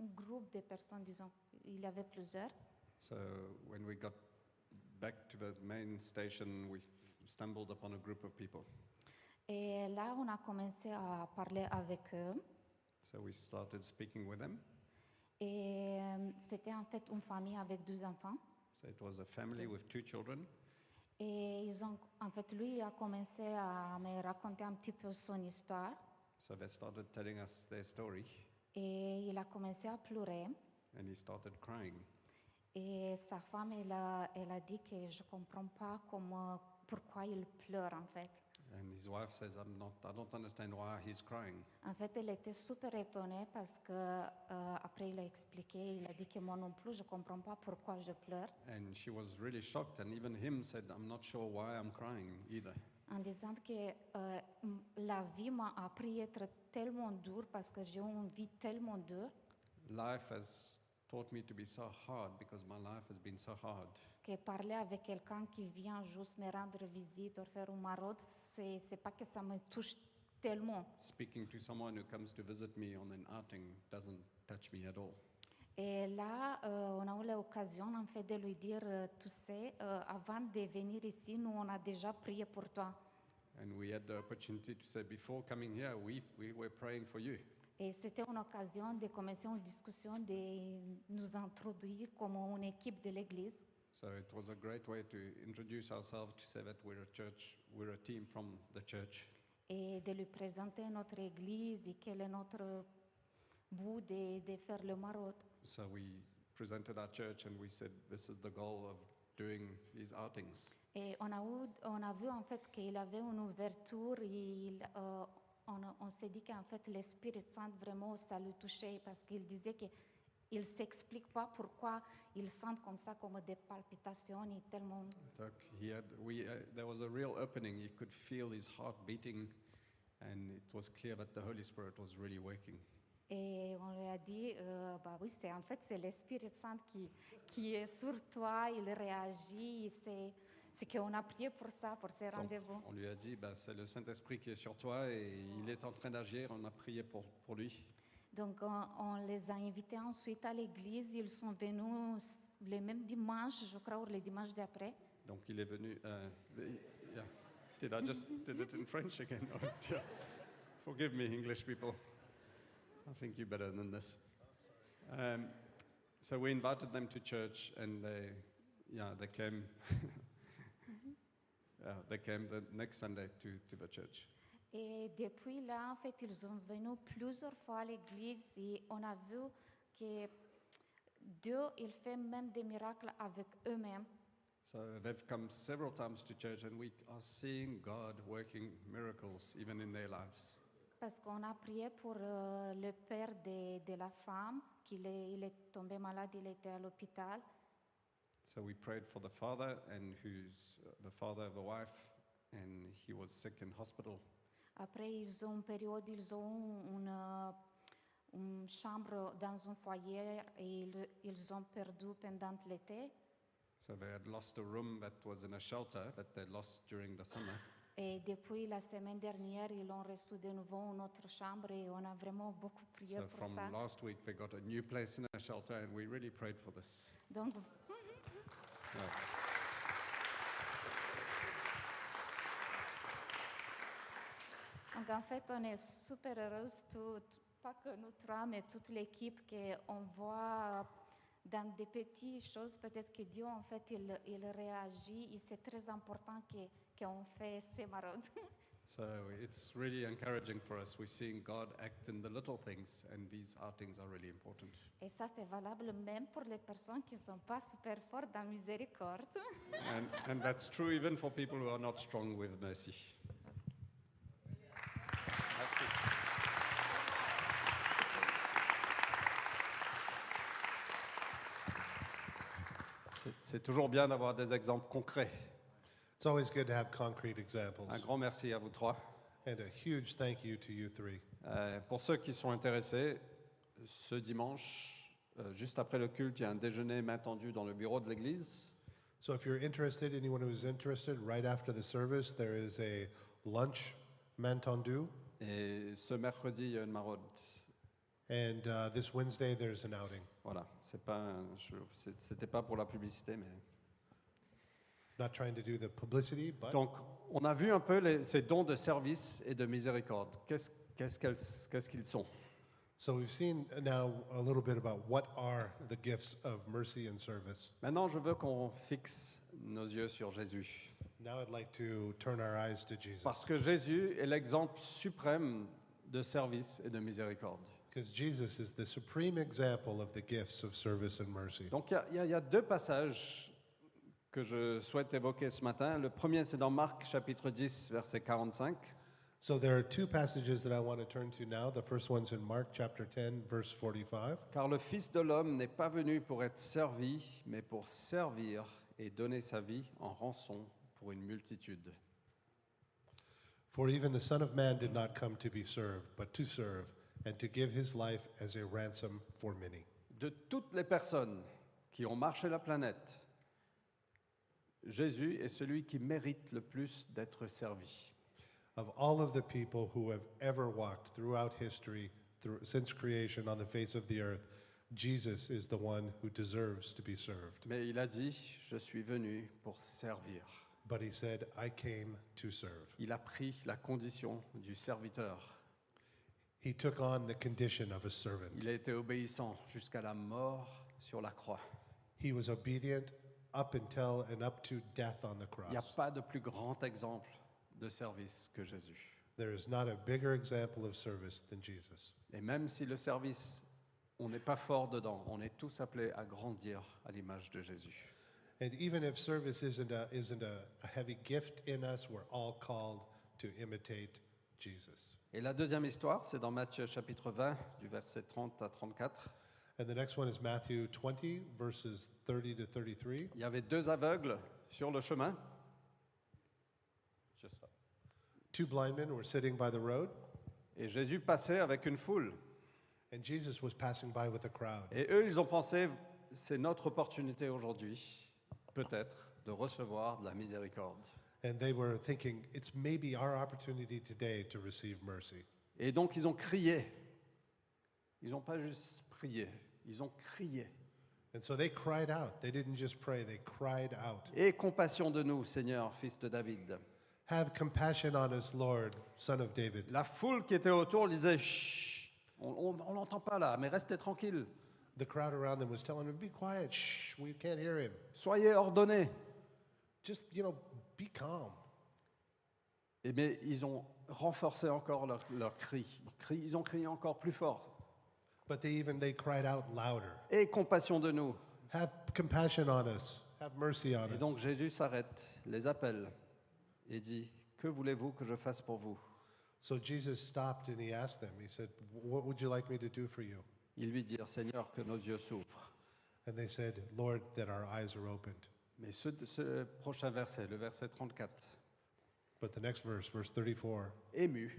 D: un groupe de personnes, disons. Il y avait plusieurs.
C: So when we got back to the main station, we stumbled upon a group of people.
D: Et là, on a commencé à parler avec eux.
C: So we started speaking with them.
D: Et euh, c'était en fait une famille avec deux enfants.
C: So it was a family with two children.
D: Et ils ont, en fait, lui a commencé à me raconter un petit peu son histoire.
C: So they started telling us their story,
D: Et il a commencé à pleurer.
C: and he started crying.
D: Et sa femme, elle a, elle a dit que je ne comprends pas comment, pourquoi il pleure, en fait.
C: And his wife says, "I'm not. I don't understand why he's crying."
D: En fait, elle était super étonnée parce que euh, après il a expliqué, il a dit que moi non plus, je ne comprends pas pourquoi je pleure,
C: And she was really shocked. And even him said, "I'm not sure why I'm crying either."
D: en disant que euh, m- la vie m'a appris à être tellement dure parce que j'ai eu une vie tellement dure
C: Life has taught me to be so hard because my life has been so hard.
D: que parler avec quelqu'un qui vient juste me rendre visite ou faire une maraude, c'est c'est pas que ça me touche tellement.
C: Speaking to someone who comes to visit me on an outing doesn't touch me at all.
D: Et là, euh, on a eu l'occasion en fait de lui dire, euh, tu sais, euh, avant de venir ici, nous on a déjà prié pour toi.
C: And we had the opportunity to say, before coming here, we, we were praying for you.
D: Et c'était une occasion de commencer une discussion, de nous introduire comme une équipe de l'Église.
C: So it was a great way to introduce ourselves to say that we're a church, we're a team from the church.
D: et de lui présenter notre Église et quel est notre bout de, de faire le maraude.
C: So we presented our church and we said, this is the goal of doing these outings.
D: Et on a, eu- on a vu en fait qu'il avait une ouverture et il, euh, on, a- on s'est dit qu'en fait l'Esprit Saint vraiment ça le touchait parce qu'il disait que il s'explique pas pourquoi il sent comme ça, comme des palpitations et tellement
C: Doc, he had, we, uh, there was a real opening. You could feel his heart beating, and it was clear that the Holy Spirit was really working.
D: Et on lui a dit, euh, bah oui, c'est en fait c'est l'Esprit Saint qui, qui est sur toi, il réagit, et c'est c'est qu'on a prié pour ça, pour ces
C: Donc,
D: rendez-vous.
C: on lui a dit, bah, c'est le Saint-Esprit qui est sur toi et il est en train d'agir. On a prié pour, pour lui.
D: Donc on, on les a invités ensuite à l'église, ils sont venus le même dimanche, je crois, ou le dimanche d'après.
C: Donc il est venu. euh, the- yeah. Did I just did it in French again? Oh, dear. Forgive me, English people. I think you're better than this. Um, so we invited them to church, and they, yeah, they came. yeah, they came the next Sunday to, to the church.
D: Et depuis là, en fait, ils sont venus plusieurs fois à l'église et on a vu que Dieu, il fait même des miracles avec eux-mêmes.
C: So they've come several times to church, and we are seeing God working miracles even in their lives.
D: Parce qu'on a prié pour euh, le père de, de la femme, qu'il est, il est tombé malade, il était à l'hôpital.
C: So we prayed for the father, and who's uh, the father of the wife, and he was sick in hospital.
D: Après, ils ont une période, ils ont une, euh, une chambre dans un foyer et ils, ils ont perdu pendant l'été.
C: So they had lost a room that was in a shelter that they lost during the summer.
D: Et depuis la semaine dernière, ils ont reçu de nouveau une autre chambre et on a vraiment beaucoup prié
C: so
D: pour
C: from
D: ça.
C: last week, they got a new place in a shelter, and we really prayed for this.
D: Donc,
C: Yeah.
D: donc, en fait, on est super heureuse, tout- tout- pas que nous trois, mais toute l'équipe qu'on voit euh, dans des petites choses, peut-être que Dieu, en fait, il, il réagit et c'est très important que- qu'on fait ces maraudes.
C: So it's really encouraging for us. We're seeing God act in the little things, and these outings are really important.
D: Et ça, c'est valable même pour les personnes qui ne sont pas super fortes dans miséricorde.
C: and, and that's true even for people who are not strong with mercy. That's it. C'est- C'est toujours bien d'avoir des exemples concrets.
B: It's always good to have concrete examples.
C: Un grand merci à vous trois.
B: And a huge thank you to you three.
C: Euh, pour ceux qui sont intéressés, ce dimanche, euh, juste après le culte, il y a un déjeuner main tendue dans le bureau de l'église.
B: So if you're interested, anyone who's interested, right after the service, there is a lunch mantendu.
C: Et ce mercredi, il y a une maraude.
B: And uh, this Wednesday, there's an outing.
C: Voilà, c'est pas, un- je- c'est- c'était pas pour la publicité, mais.
B: Not trying to do the publicity, but
C: Donc, on a vu un peu les- ces dons de service et de miséricorde. Qu'est-ce qu'est-ce qu'elles- qu'est-ce qu'ils sont
B: so we've seen now a little bit about what are the gifts of mercy and service.
C: Maintenant, je veux qu'on fixe nos yeux sur Jésus.
B: Now I'd like to turn our eyes to Jesus
C: Parce que Jésus est l'exemple suprême de service et de miséricorde.
B: because Jesus is the supreme example of the gifts of service and mercy.
C: Donc, il y a- il y, a- il y a deux passages que je souhaite évoquer ce matin. Le premier, c'est dans Marc chapitre 10, verset 45.
B: So there are two passages that I want to turn to now. The first one's in Mark chapter 10 verse 45.
C: Car le Fils de l'homme n'est pas venu pour être servi, mais pour servir et donner sa vie en rançon pour une multitude.
B: For even the Son of Man did not come to be served, but to serve, and to give his life as a ransom for many.
C: De toutes les personnes qui ont marché la planète, Jésus est celui qui mérite le plus d'être servi.
B: Of all of the people who have ever walked throughout history, through, since creation on the face of the earth, Jesus is the one who deserves to be served.
C: Mais il a dit, je suis venu pour servir.
B: But he said, I came to serve.
C: Il a pris la condition du serviteur.
B: He took on the condition of a servant.
C: Il a été obéissant jusqu'à la mort sur la croix.
B: He was obedient up until and up to death on the
C: Il n'y a
B: cross.
C: pas de plus grand exemple de service que Jésus.
B: There is not a bigger example of service than Jesus.
C: Et même si le service, on n'est pas fort dedans, on est tous appelés à grandir à l'image de Jésus.
B: And even if service isn't a, isn't a, a heavy gift in us, we're all called to imitate Jesus.
C: Et la deuxième histoire, c'est dans Matthieu chapitre 20, du verset 30 à 34.
B: And the next one is Matthew 20, verses 30 to 33.
C: Il y avait deux aveugles sur le chemin.
B: Two blind men were sitting by the road,
C: Et Jésus passait avec une foule.
B: and Jesus was passing by with a crowd.
C: Et eux, ils ont pensé, c'est notre opportunité aujourd'hui, peut-être, de recevoir de la miséricorde.
B: And they were thinking, it's maybe our opportunity today to receive mercy.
C: Et donc, ils ont crié. Ils n'ont pas juste prié, ils ont crié.
B: And so they cried out. They didn't just pray, they cried out.
C: Aie compassion de nous, Seigneur, fils de David.
B: Have compassion on us, Lord, son of David.
C: La foule qui était autour disait Chut, on ne l'entend pas là, mais restez tranquille,
B: The crowd around them was telling him, Be quiet, shh, we can't hear him.
C: soyez ordonnés.
B: Just, you know, be calm.
C: Et mais ils ont renforcé encore leur, leur cri. Ils, crient- ils ont crié encore plus fort.
B: But they even they cried out louder.
C: Aie compassion de nous.
B: Have compassion on us. Have mercy on
C: Et
B: us.
C: donc Jésus s'arrête, les appelle et dit Que voulez-vous que je fasse pour vous
B: so Jesus stopped and he asked them, he said, What would you like me to do for you?
C: Ils lui dirent Seigneur, que nos yeux s'ouvrent.
B: And they said, Lord, that our eyes are opened.
C: Mais ce, ce prochain verset, le verset 34,
B: But the next verse, verse 34,
C: ému,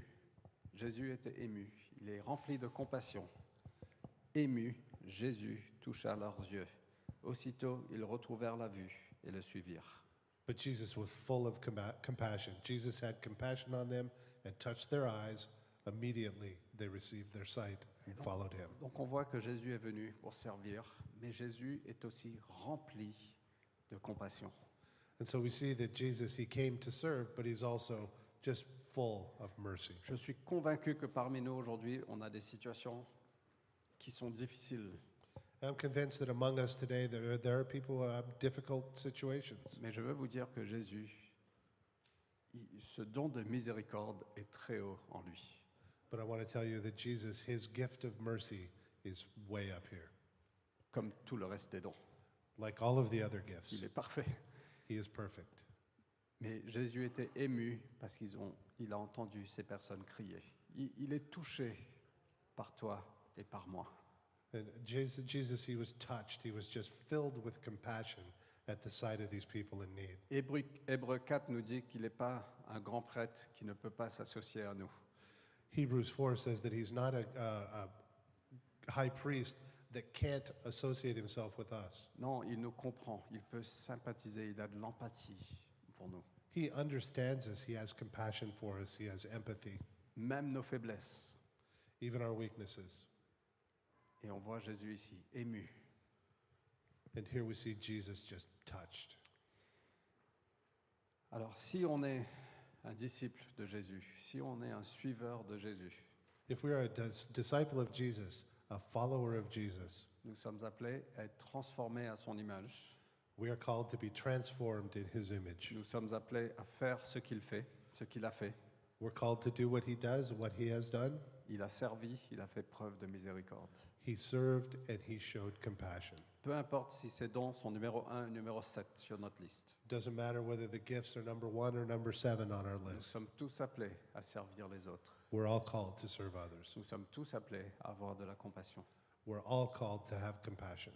C: Jésus était ému, il est rempli de compassion. Ému, Jésus toucha leurs yeux. Aussitôt, ils retrouvèrent la vue et le suivirent.
B: but Jesus was full of compa- compassion. Jesus had compassion on them and touched their eyes. Immediately they received their sight and followed him.
C: Donc on voit que Jésus est venu pour servir, mais Jésus est aussi rempli de compassion.
B: And so we see that Jesus, he came to serve, but he's also just full of mercy.
C: Je suis convaincu que parmi nous aujourd'hui, on a des situations qui sont difficiles,
B: I'm convinced that among us today, there are, there are people who have difficult situations.
C: mais je veux vous dire que Jésus, il- ce don de miséricorde est très haut en lui.
B: But I want to tell you that Jesus, his gift of mercy is way up here,
C: comme tout le reste des dons.
B: like all of the other gifts.
C: Il est parfait.
B: He is perfect.
C: Mais Jésus était ému parce qu'il a entendu ces personnes crier. Il, il est touché par toi et par moi.
B: And Jesus, Jesus, he was touched. He was just filled with compassion at the side of these people in need.
G: Hébreu, Hébreu 4 nous dit qu'il n'est pas un grand prêtre qui ne peut pas s'associer à nous.
B: Hebrews 4 says that he's not a, a, a high priest that can't associate himself with us.
G: Non, il nous comprend, il peut sympathiser, il a de l'empathie pour nous,
B: He understands us, he has compassion for us, he has empathy,
G: même nos faiblesses.
B: even our weaknesses.
G: Et on voit Jésus ici, ému.
B: And here we see Jesus just touched.
G: Alors si on est un disciple de Jésus, si on est un suiveur de Jésus,
B: If we are a dis- disciple of Jesus, a follower of Jesus,
G: nous sommes appelés à être transformés à son image.
B: we are called to be transformed in his image.
G: Nous sommes appelés à faire ce qu'il fait, ce qu'il a fait.
B: We're called to do what he does, what he has done.
G: Il a servi, il a fait preuve de miséricorde.
B: He served and he showed compassion.
G: Peu importe si ces dons sont numéro 1 numéro 7 sur notre liste.
B: Doesn't matter whether the gifts are number one or number seven on our
G: Nous
B: list.
G: sommes tous appelés à servir les autres.
B: We're all called to serve others.
G: Nous sommes tous appelés à avoir de la compassion.
B: We're all called to have compassion.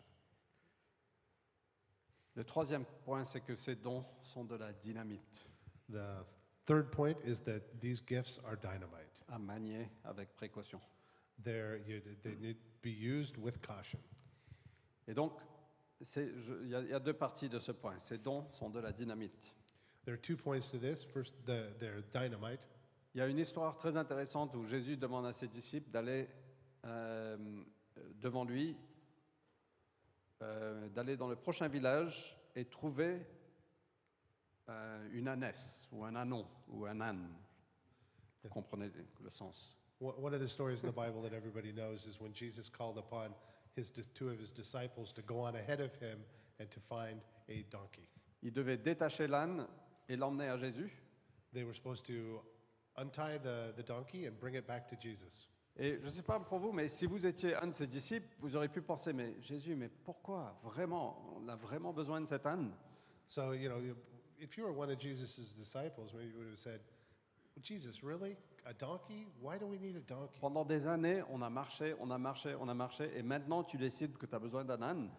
G: Le troisième point, c'est que ces dons sont de la dynamite
B: The third point is that these gifts are dynamite.
G: à manier avec précaution.
B: They're, you, they need to be used with caution.
G: Et donc, c'est- je- il y, a- il y a deux parties de ce point. Ces dons sont de la dynamite.
B: There are two points to this. First, the, they're dynamite.
G: Il y a une histoire très intéressante où Jésus demande à ses disciples d'aller euh, devant lui, euh, d'aller dans le prochain village et trouver euh, une ânesse ou un anon ou un âne. Vous comprenez le sens.
B: One one of the stories in the Bible that everybody knows is when Jesus called upon his dis- two of his disciples to go on ahead of him and to find a donkey.
G: Ils devaient détacher l'âne et l'emmener à Jésus.
B: They were supposed to untie the, the donkey and bring it back to Jesus.
G: Et je ne sais pas pour vous, mais si vous étiez un de ses disciples, vous auriez pu penser, mais Jésus, mais pourquoi Vraiment, on a vraiment besoin de cet âne
B: So, you know, you- if you were one of Jesus' disciples, maybe you would have said, Jesus, really? A donkey? Why do we need a donkey?
G: Pendant des années, on a marché, on a marché, on a marché, et maintenant tu décides que tu as besoin d'un âne.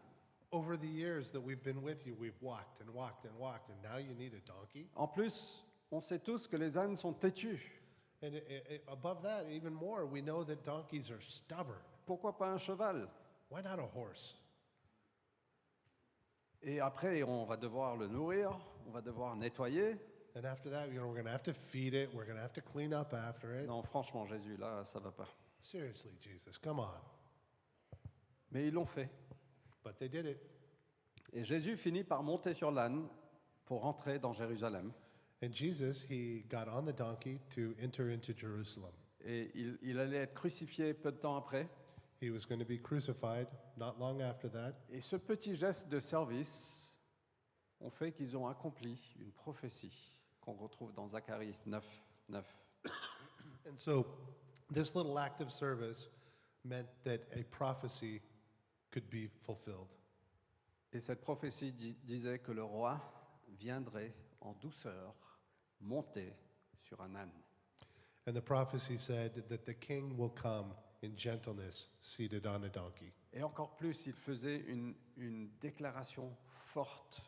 B: Over the years that we've been with you, we've walked and walked and walked, and now you need a donkey?
G: En plus, on sait tous que les ânes sont têtus.
B: And i i above that, even more, we know that donkeys are stubborn.
G: Pourquoi pas un cheval
B: Why not a horse?
G: Et après, on va devoir le nourrir, on va devoir nettoyer.
B: And after that, you know, we're going to have to feed it. We're going to have to clean up after it.
G: Non, franchement, Jésus, là, ça va pas.
B: Seriously, Jesus, come on.
G: Mais ils l'ont fait.
B: But they did it.
G: Et Jésus finit par monter sur l'âne pour rentrer dans Jérusalem.
B: And Jesus, he got on the donkey to enter into Jerusalem.
G: Et il, il allait être crucifié peu de temps après.
B: He was going to be crucified not long after that.
G: Et ce petit geste de service ont fait qu'ils ont accompli une prophétie qu'on retrouve dans Zacharie 9, 9.
B: And so this little act of service meant that a prophecy could be fulfilled.
G: Et cette prophétie di- disait que le roi viendrait en douceur monter sur un âne.
B: And the prophecy said that the king will come in gentleness, seated on a donkey.
G: Et encore plus, il faisait une, une déclaration forte.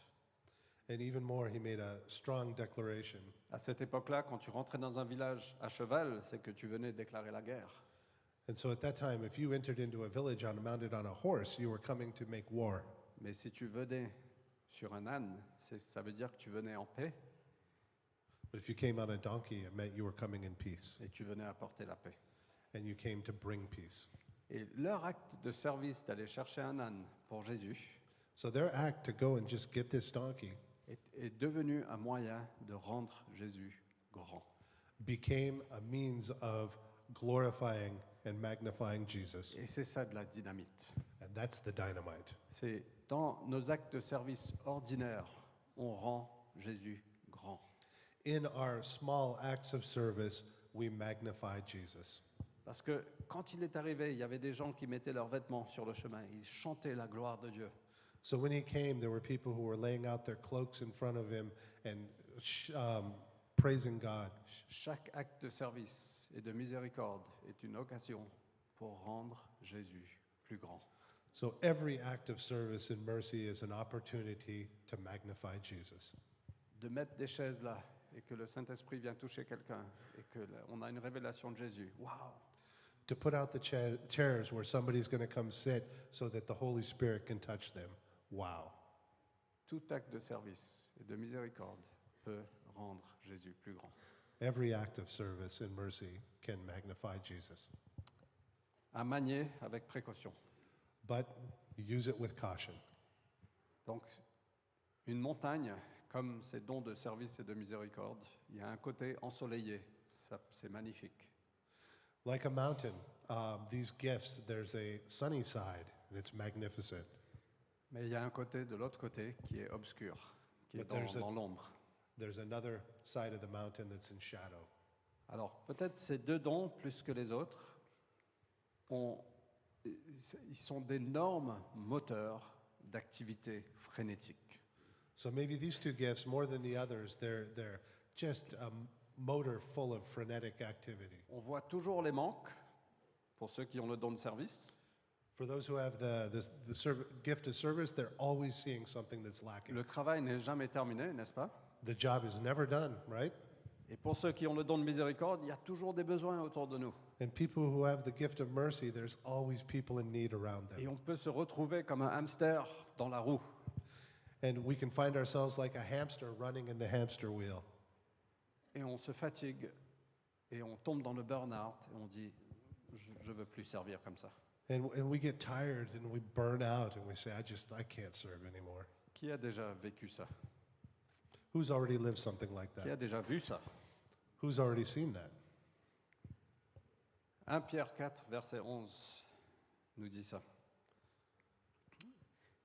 B: And even more, he made a strong declaration.
G: À cette époque-là, quand tu rentrais dans un village à cheval, c'est que tu venais déclarer la guerre.
B: And so at that time, if you entered into a village on, mounted on a horse, you were coming to make war.
G: Mais si tu venais sur un âne, c'est- ça veut dire que tu venais en paix
B: But if you came on a donkey, it meant you were coming in peace,
G: et tu venais apporter la paix.
B: and you came to bring peace.
G: Et leur acte de service d'aller chercher un âne pour Jésus
B: So their act to go and just get this donkey
G: est- est devenu un moyen de rendre Jésus grand.
B: became a means of glorifying and magnifying Jesus.
G: Et c'est ça de la dynamite.
B: And that's the dynamite.
G: C'est dans nos actes de service ordinaires, on rend Jésus grand.
B: In our small acts of service, we magnify Jesus.
G: Parce que quand il est arrivé, il y avait des gens qui mettaient leurs vêtements sur le chemin, ils chantaient la gloire de Dieu.
B: So when he came, there were people who were laying out their cloaks in front of him and sh- um, praising God.
G: Ch- Chaque acte de service et de miséricorde est une occasion pour rendre Jésus plus grand.
B: So every act of service in mercy is an opportunity to magnify Jesus.
G: de mettre des chaises là et que le Saint-Esprit vient toucher quelqu'un et que là, on a une révélation de Jésus. Waouh
B: To put out the cha- chairs where somebody's going to come sit so that the Holy Spirit can touch them. Wow.
G: Tout acte de service et de miséricorde peut rendre Jésus plus grand.
B: Every act of service in mercy can magnify Jesus.
G: À manier avec précaution.
B: But use it with caution.
G: Donc, une montagne, comme ces dons de service et de miséricorde, il y a un côté ensoleillé. Ça, C'est magnifique.
B: Like a mountain, um, these gifts, there's a sunny side, and it's magnificent.
G: Mais il y a un côté de l'autre côté qui est obscur, qui est
B: But there's
G: dans,
B: a-
G: dans l'ombre.
B: There's another side of the mountain that's in shadow.
G: Alors, peut-être ces deux dons, plus que les autres, ont- ils sont d'énormes moteurs d'activité frénétique.
B: So maybe these two gifts, more than the others, they're, they're just a m- motor full of frenetic activity.
G: On voit toujours les manques pour ceux qui ont le don de service.
B: For those who have the, the, the serv- gift of service, they're always seeing something that's lacking.
G: Le travail n'est jamais terminé, n'est-ce pas
B: The job is never done, right?
G: Et pour ceux qui ont le don de miséricorde, il y a toujours des besoins autour de nous.
B: And people who have the gift of mercy, there's always people in need around
G: Et
B: them.
G: on peut se retrouver comme un hamster dans la roue.
B: And we can find ourselves like a hamster running in the hamster wheel.
G: Et on se fatigue et on tombe dans le burn-out et on dit, je ne veux plus servir comme ça.
B: And, and we get tired and we burn out and we say, I just, I can't serve anymore.
G: Qui a déjà vécu ça
B: Who's already lived something like
G: Qui
B: that?
G: a déjà vu ça
B: Who's already seen that?
G: 1 Pierre 4, verset 11 nous dit ça.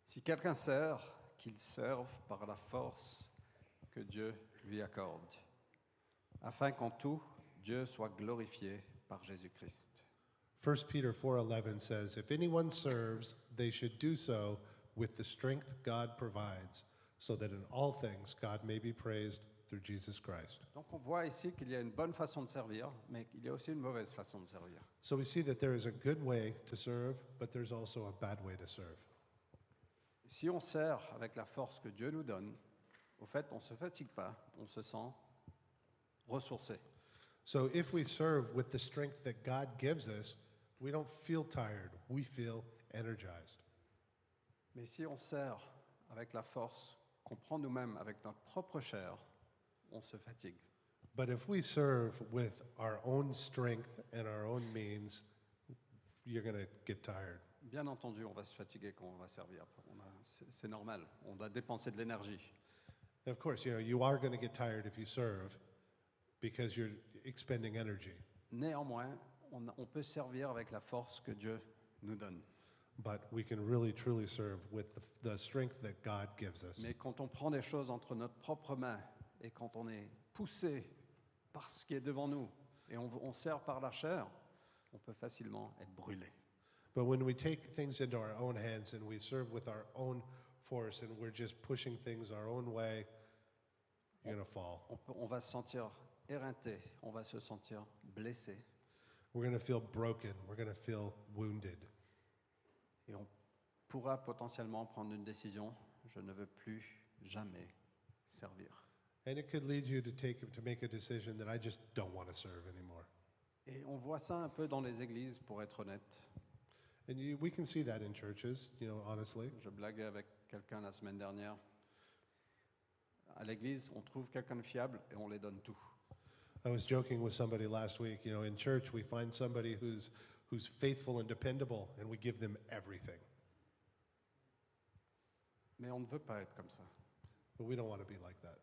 G: Si quelqu'un sert, qu'il serve par la force que Dieu lui accorde, afin qu'en tout, Dieu soit glorifié par Jésus-Christ.
B: 1 Peter 4:11 says, "If anyone serves, they should do so with the strength God provides, so that in all things God may be praised through Jesus Christ."
G: Donc on voit ici qu'il y a une bonne façon de servir, mais qu'il y a aussi une mauvaise façon de servir.
B: So we see that there is a good way to serve, but there's also a bad way to serve.
G: Si on sert avec la force que Dieu nous donne, au fait, on ne se fatigue pas, on se sent ressourcé.
B: So if we serve with the strength that God gives us, we don't feel tired, we feel energized.
G: Mais si on sert avec la force qu'on prend nous-mêmes, avec notre propre chair, on se fatigue.
B: But if we serve with our own strength and our own means, you're going to get tired.
G: Bien entendu, on va se fatiguer quand on va servir. On a- c'est- C'est normal. On va dépenser de l'énergie.
B: Of course, you know, you are going to get tired if you serve because you're expending energy.
G: Néanmoins, on, on peut servir avec la force que Dieu nous donne.
B: But we can really truly serve with the, the strength that God gives us.
G: Mais quand on prend des choses entre notre propre main et quand on est poussé par ce qui est devant nous et on, on sert par la chair, on peut facilement être brûlé.
B: But when we take things into our own hands and we serve with our own force and we're just pushing things our own way, you're going to fall.
G: On peut- on va se sentir éreinté, on va se sentir blessé,
B: We're going to feel broken. We're going to feel wounded.
G: Et on pourra potentiellement prendre une décision, je ne veux plus jamais servir.
B: And it could lead you to take to make a decision that I just don't want to serve anymore.
G: Et on voit ça un peu dans les églises, pour être honnête.
B: And you, we can see that in churches, you know, honestly.
G: Je blaguais avec quelqu'un la semaine dernière. À l'église, on trouve quelqu'un de fiable et on les donne tout.
B: I was joking with somebody last week. You know, in church, we find somebody who's who's faithful and dependable, and we give them everything.
G: Mais on ne veut pas être comme ça.
B: But we don't want to be like that.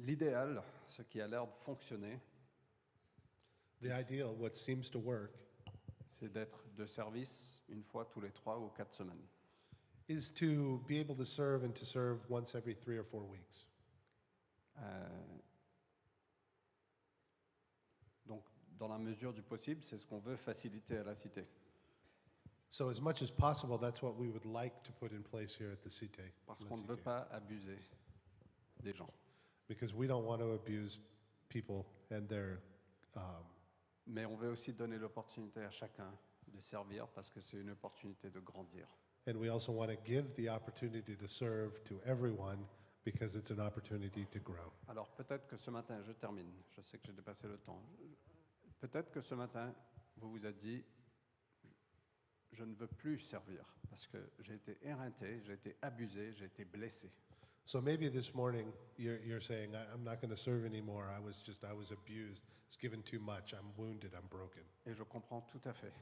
G: L'idéal, ce qui a l'air de fonctionner,
B: The
G: Yes.
B: ideal, what seems to work,
G: c'est d'être de service une fois tous les trois ou quatre semaines.
B: is to be able to serve and to serve once every three or four weeks.
G: Euh, donc, dans la mesure du possible, c'est ce qu'on veut faciliter à la cité.
B: So, as much as possible, that's what we would like to put in place here at the Cité.
G: Parce
B: La
G: qu'on ne veut
B: Cité.
G: pas abuser des gens.
B: Because we don't want to abuse people and their um,
G: Mais on veut aussi donner l'opportunité à chacun de servir parce que c'est une opportunité de grandir.
B: and we also want to give the opportunity to serve to everyone because it's an opportunity to grow.
G: Alors peut-être que ce matin, je termine, je sais que j'ai dépassé le temps. Peut-être que ce matin, vous vous êtes dit, je ne veux plus servir parce que j'ai été éreinté, j'ai été abusé, j'ai été blessé.
B: So maybe this morning you're, you're saying, I, I'm not going to serve anymore. I was just, I was abused. It's given too much. I'm wounded. I'm broken.
G: Et je comprends tout à fait,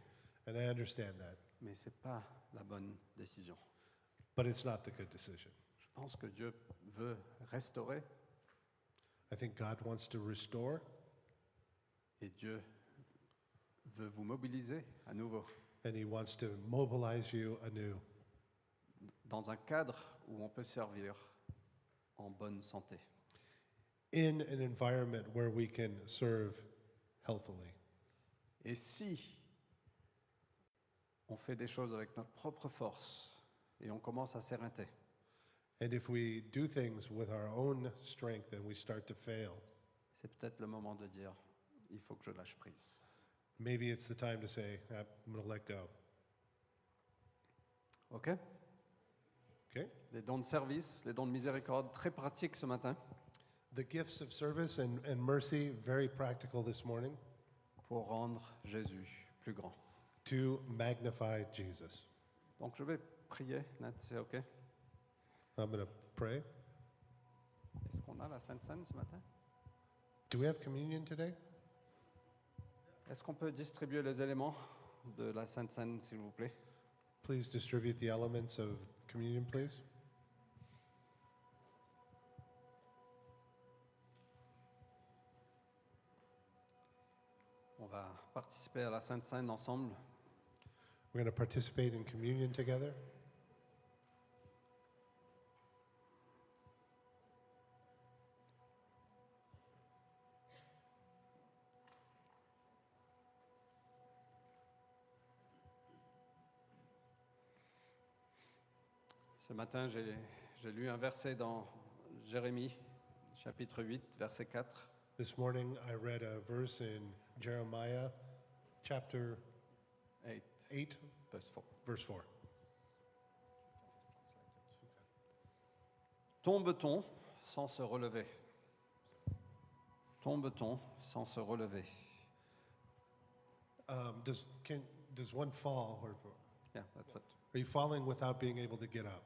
B: And I understand that,
G: mais ce n'est pas la bonne décision.
B: but it's not the good decision.
G: Je pense que Dieu veut restaurer
B: I think God wants to restore
G: et Dieu veut vous mobiliser à nouveau
B: and He wants to mobilize you anew
G: dans un cadre où on peut servir en bonne santé.
B: in an environment where we can serve healthily.
G: Et si on fait des choses avec notre propre force et on commence à s'éreinter,
B: And if we do things with our own strength and we start to fail,
G: c'est peut-être le moment de dire il faut que je lâche prise.
B: maybe it's the time to say, "Ah, I'm going to let go.
G: OK
B: Okay?
G: Les dons de service, les dons de miséricorde, très pratiques ce matin
B: The gifts of service and, and mercy, very practical this morning
G: pour rendre Jésus plus grand.
B: to magnify Jesus.
G: Donc je vais prier, Nat, c'est OK
B: I'm going to pray.
G: Est-ce qu'on a la Sainte Seine ce matin
B: Do we have communion today?
G: Est-ce qu'on peut distribuer les éléments de la Sainte Seine, s'il vous plaît
B: Please distribute the elements of communion, please.
G: On va participer à la Sainte Seine ensemble.
B: We're going to participate in communion together.
G: Ce matin, j'ai j'ai lu un verset dans Jérémie, chapitre 8, verset 4.
B: This morning I read a verse in Jeremiah chapter
G: 8,
B: 8,
G: verse 4.
B: verse 4.
G: Tombe-t-on sans se relever Tombe-t-on sans se relever
B: Um, does, can, does one fall, or are
G: Yeah, that's it.
B: you falling without being able to get up?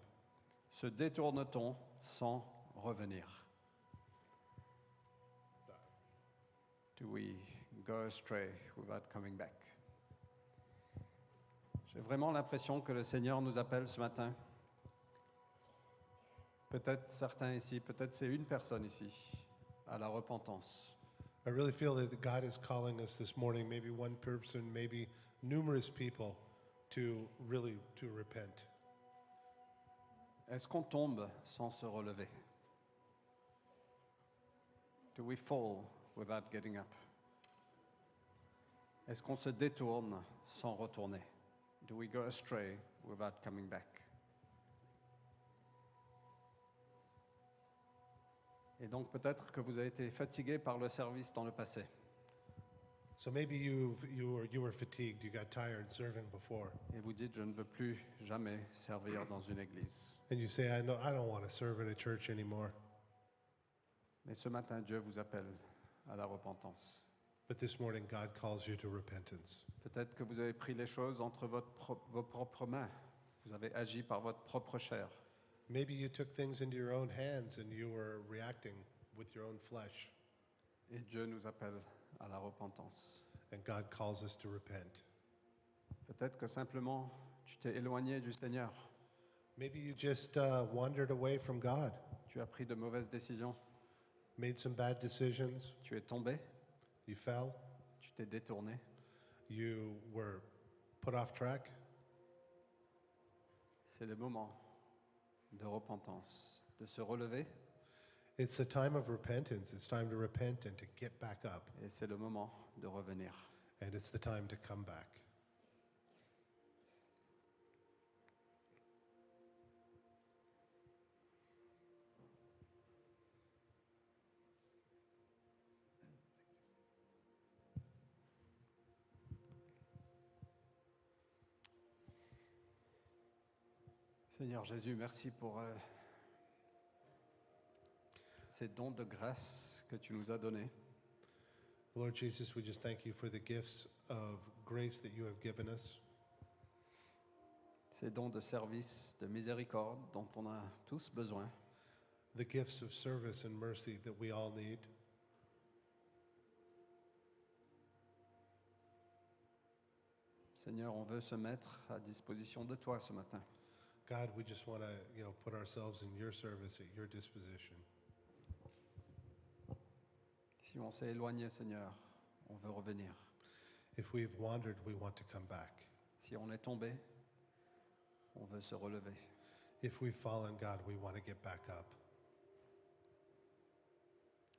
G: Se détourne-t-on sans revenir Do we go astray without coming back J'ai vraiment l'impression que le Seigneur nous appelle ce matin. Peut-être certains ici, peut-être c'est une personne ici, à la repentance.
B: I really feel that God is calling us this morning, maybe one person, maybe numerous people, to really to repent.
G: Est-ce qu'on tombe sans se relever Do we fall without getting up Est-ce qu'on se détourne sans retourner Do we go astray without coming back Et donc peut-être que vous avez été fatigué par le service dans le passé.
B: So maybe you've, you, were, you were fatigued, you got tired serving before,
G: Et vous dites, je ne veux plus jamais servir dans une église.
B: and you say, I, know, I don't want to serve in a church anymore.
G: Mais ce matin, Dieu vous appelle à la repentance.
B: But this morning, God calls you to repentance.
G: Peut-être que vous avez pris les choses entre votre pro- vos propres mains. Vous avez agi par votre propre chair.
B: Maybe you took things into your own hands and you were reacting with your own flesh,
G: Et Dieu nous appelle à la repentance.
B: and God calls us to repent.
G: Peut-être que simplement tu t'es éloigné du Seigneur.
B: Maybe you just uh, wandered away from God,
G: Tu as pris de mauvaises décisions.
B: made some bad decisions,
G: Tu es tombé.
B: you fell,
G: Tu t'es détourné.
B: you were put off track.
G: C'est le moment de repentance, de se relever.
B: It's a time of repentance. It's time to repent and to get back up,
G: Et c'est le moment de revenir.
B: and it's the time to come back.
C: Seigneur Jésus, merci pour euh, ces dons de grâce que tu nous as donnés.
B: Lord Jesus, we just thank you for the gifts of grace that you have given us,
C: ces dons de service, de miséricorde dont on a tous besoin.
B: the gifts of service and mercy that we all need.
C: Seigneur, on veut se mettre à disposition de toi ce matin.
B: God, we just want to, you know, put ourselves in your service at your disposition.
C: Si on s'est éloigné, Seigneur, on veut revenir.
B: If we've wandered, we want to come back.
C: Si on est tombé, on veut se relever.
B: If we've fallen, God, we want to get back up.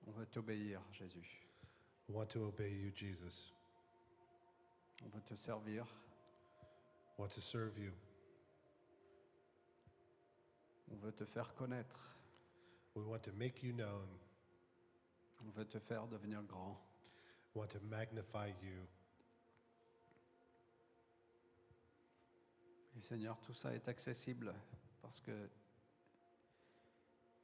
C: On veut t'obéir, Jésus.
B: We want to obey you, Jesus.
C: On veut te servir.
B: We want to serve you.
C: On veut te faire connaître.
B: We want to make you known.
C: On veut te faire devenir grand.
B: We want to magnify you.
C: Et Seigneur, tout ça est accessible parce que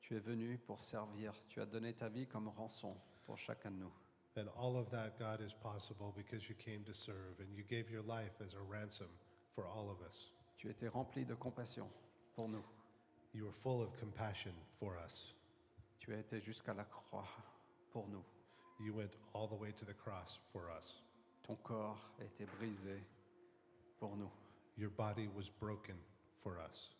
C: tu es venu pour servir. Tu as donné ta vie comme rançon pour chacun de nous.
B: And all of that, God, is possible because you came to serve and you gave your life as a ransom for all of us.
C: Tu étais rempli de compassion pour nous.
B: You were full of compassion for us.
C: Tu as été jusqu'à la croix pour nous.
B: You went all the way to the cross for us.
C: Ton corps a été brisé pour nous.
B: Your body was broken for us.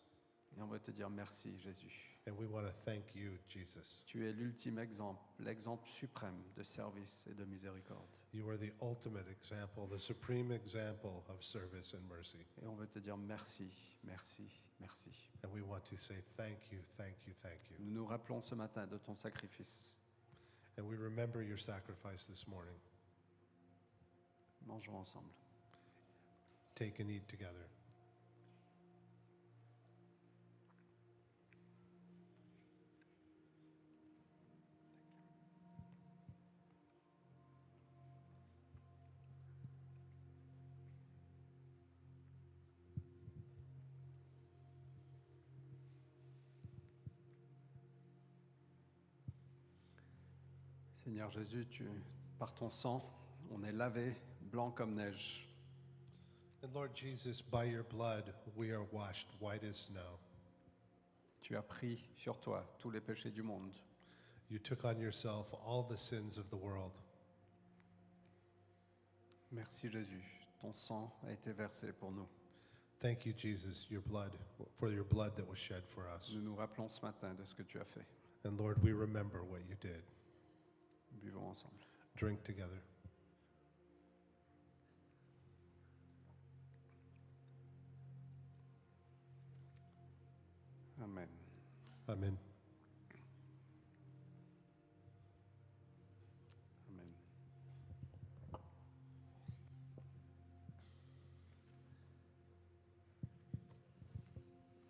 C: Et on veut te dire merci, Jésus.
B: And we want to thank you, Jesus.
C: Tu es l'ultime exemple, l'exemple suprême de service et de miséricorde.
B: You are the ultimate example, the supreme example of service and mercy.
C: Et on veut te dire merci, merci, merci.
B: And we want to say thank you, thank you, thank you.
C: Nous nous rappelons ce matin de ton sacrifice.
B: And we remember your sacrifice this morning.
C: Mangeons ensemble.
B: Take and eat together.
C: Seigneur Jésus, tu, par ton sang, on est lavé, blanc comme neige.
B: And Lord Jesus, by your blood, we are washed white as snow.
C: Tu as pris sur toi tous les péchés du monde.
B: You took on yourself all the sins of the world.
C: Merci Jésus, ton sang a été versé pour nous.
B: Thank you, Jesus, your blood, for your blood that was shed for us.
C: Nous nous rappelons ce matin de ce que tu as fait.
B: And Lord, we remember what you did.
C: Buvons ensemble.
B: Drink together.
C: Amen.
B: Amen.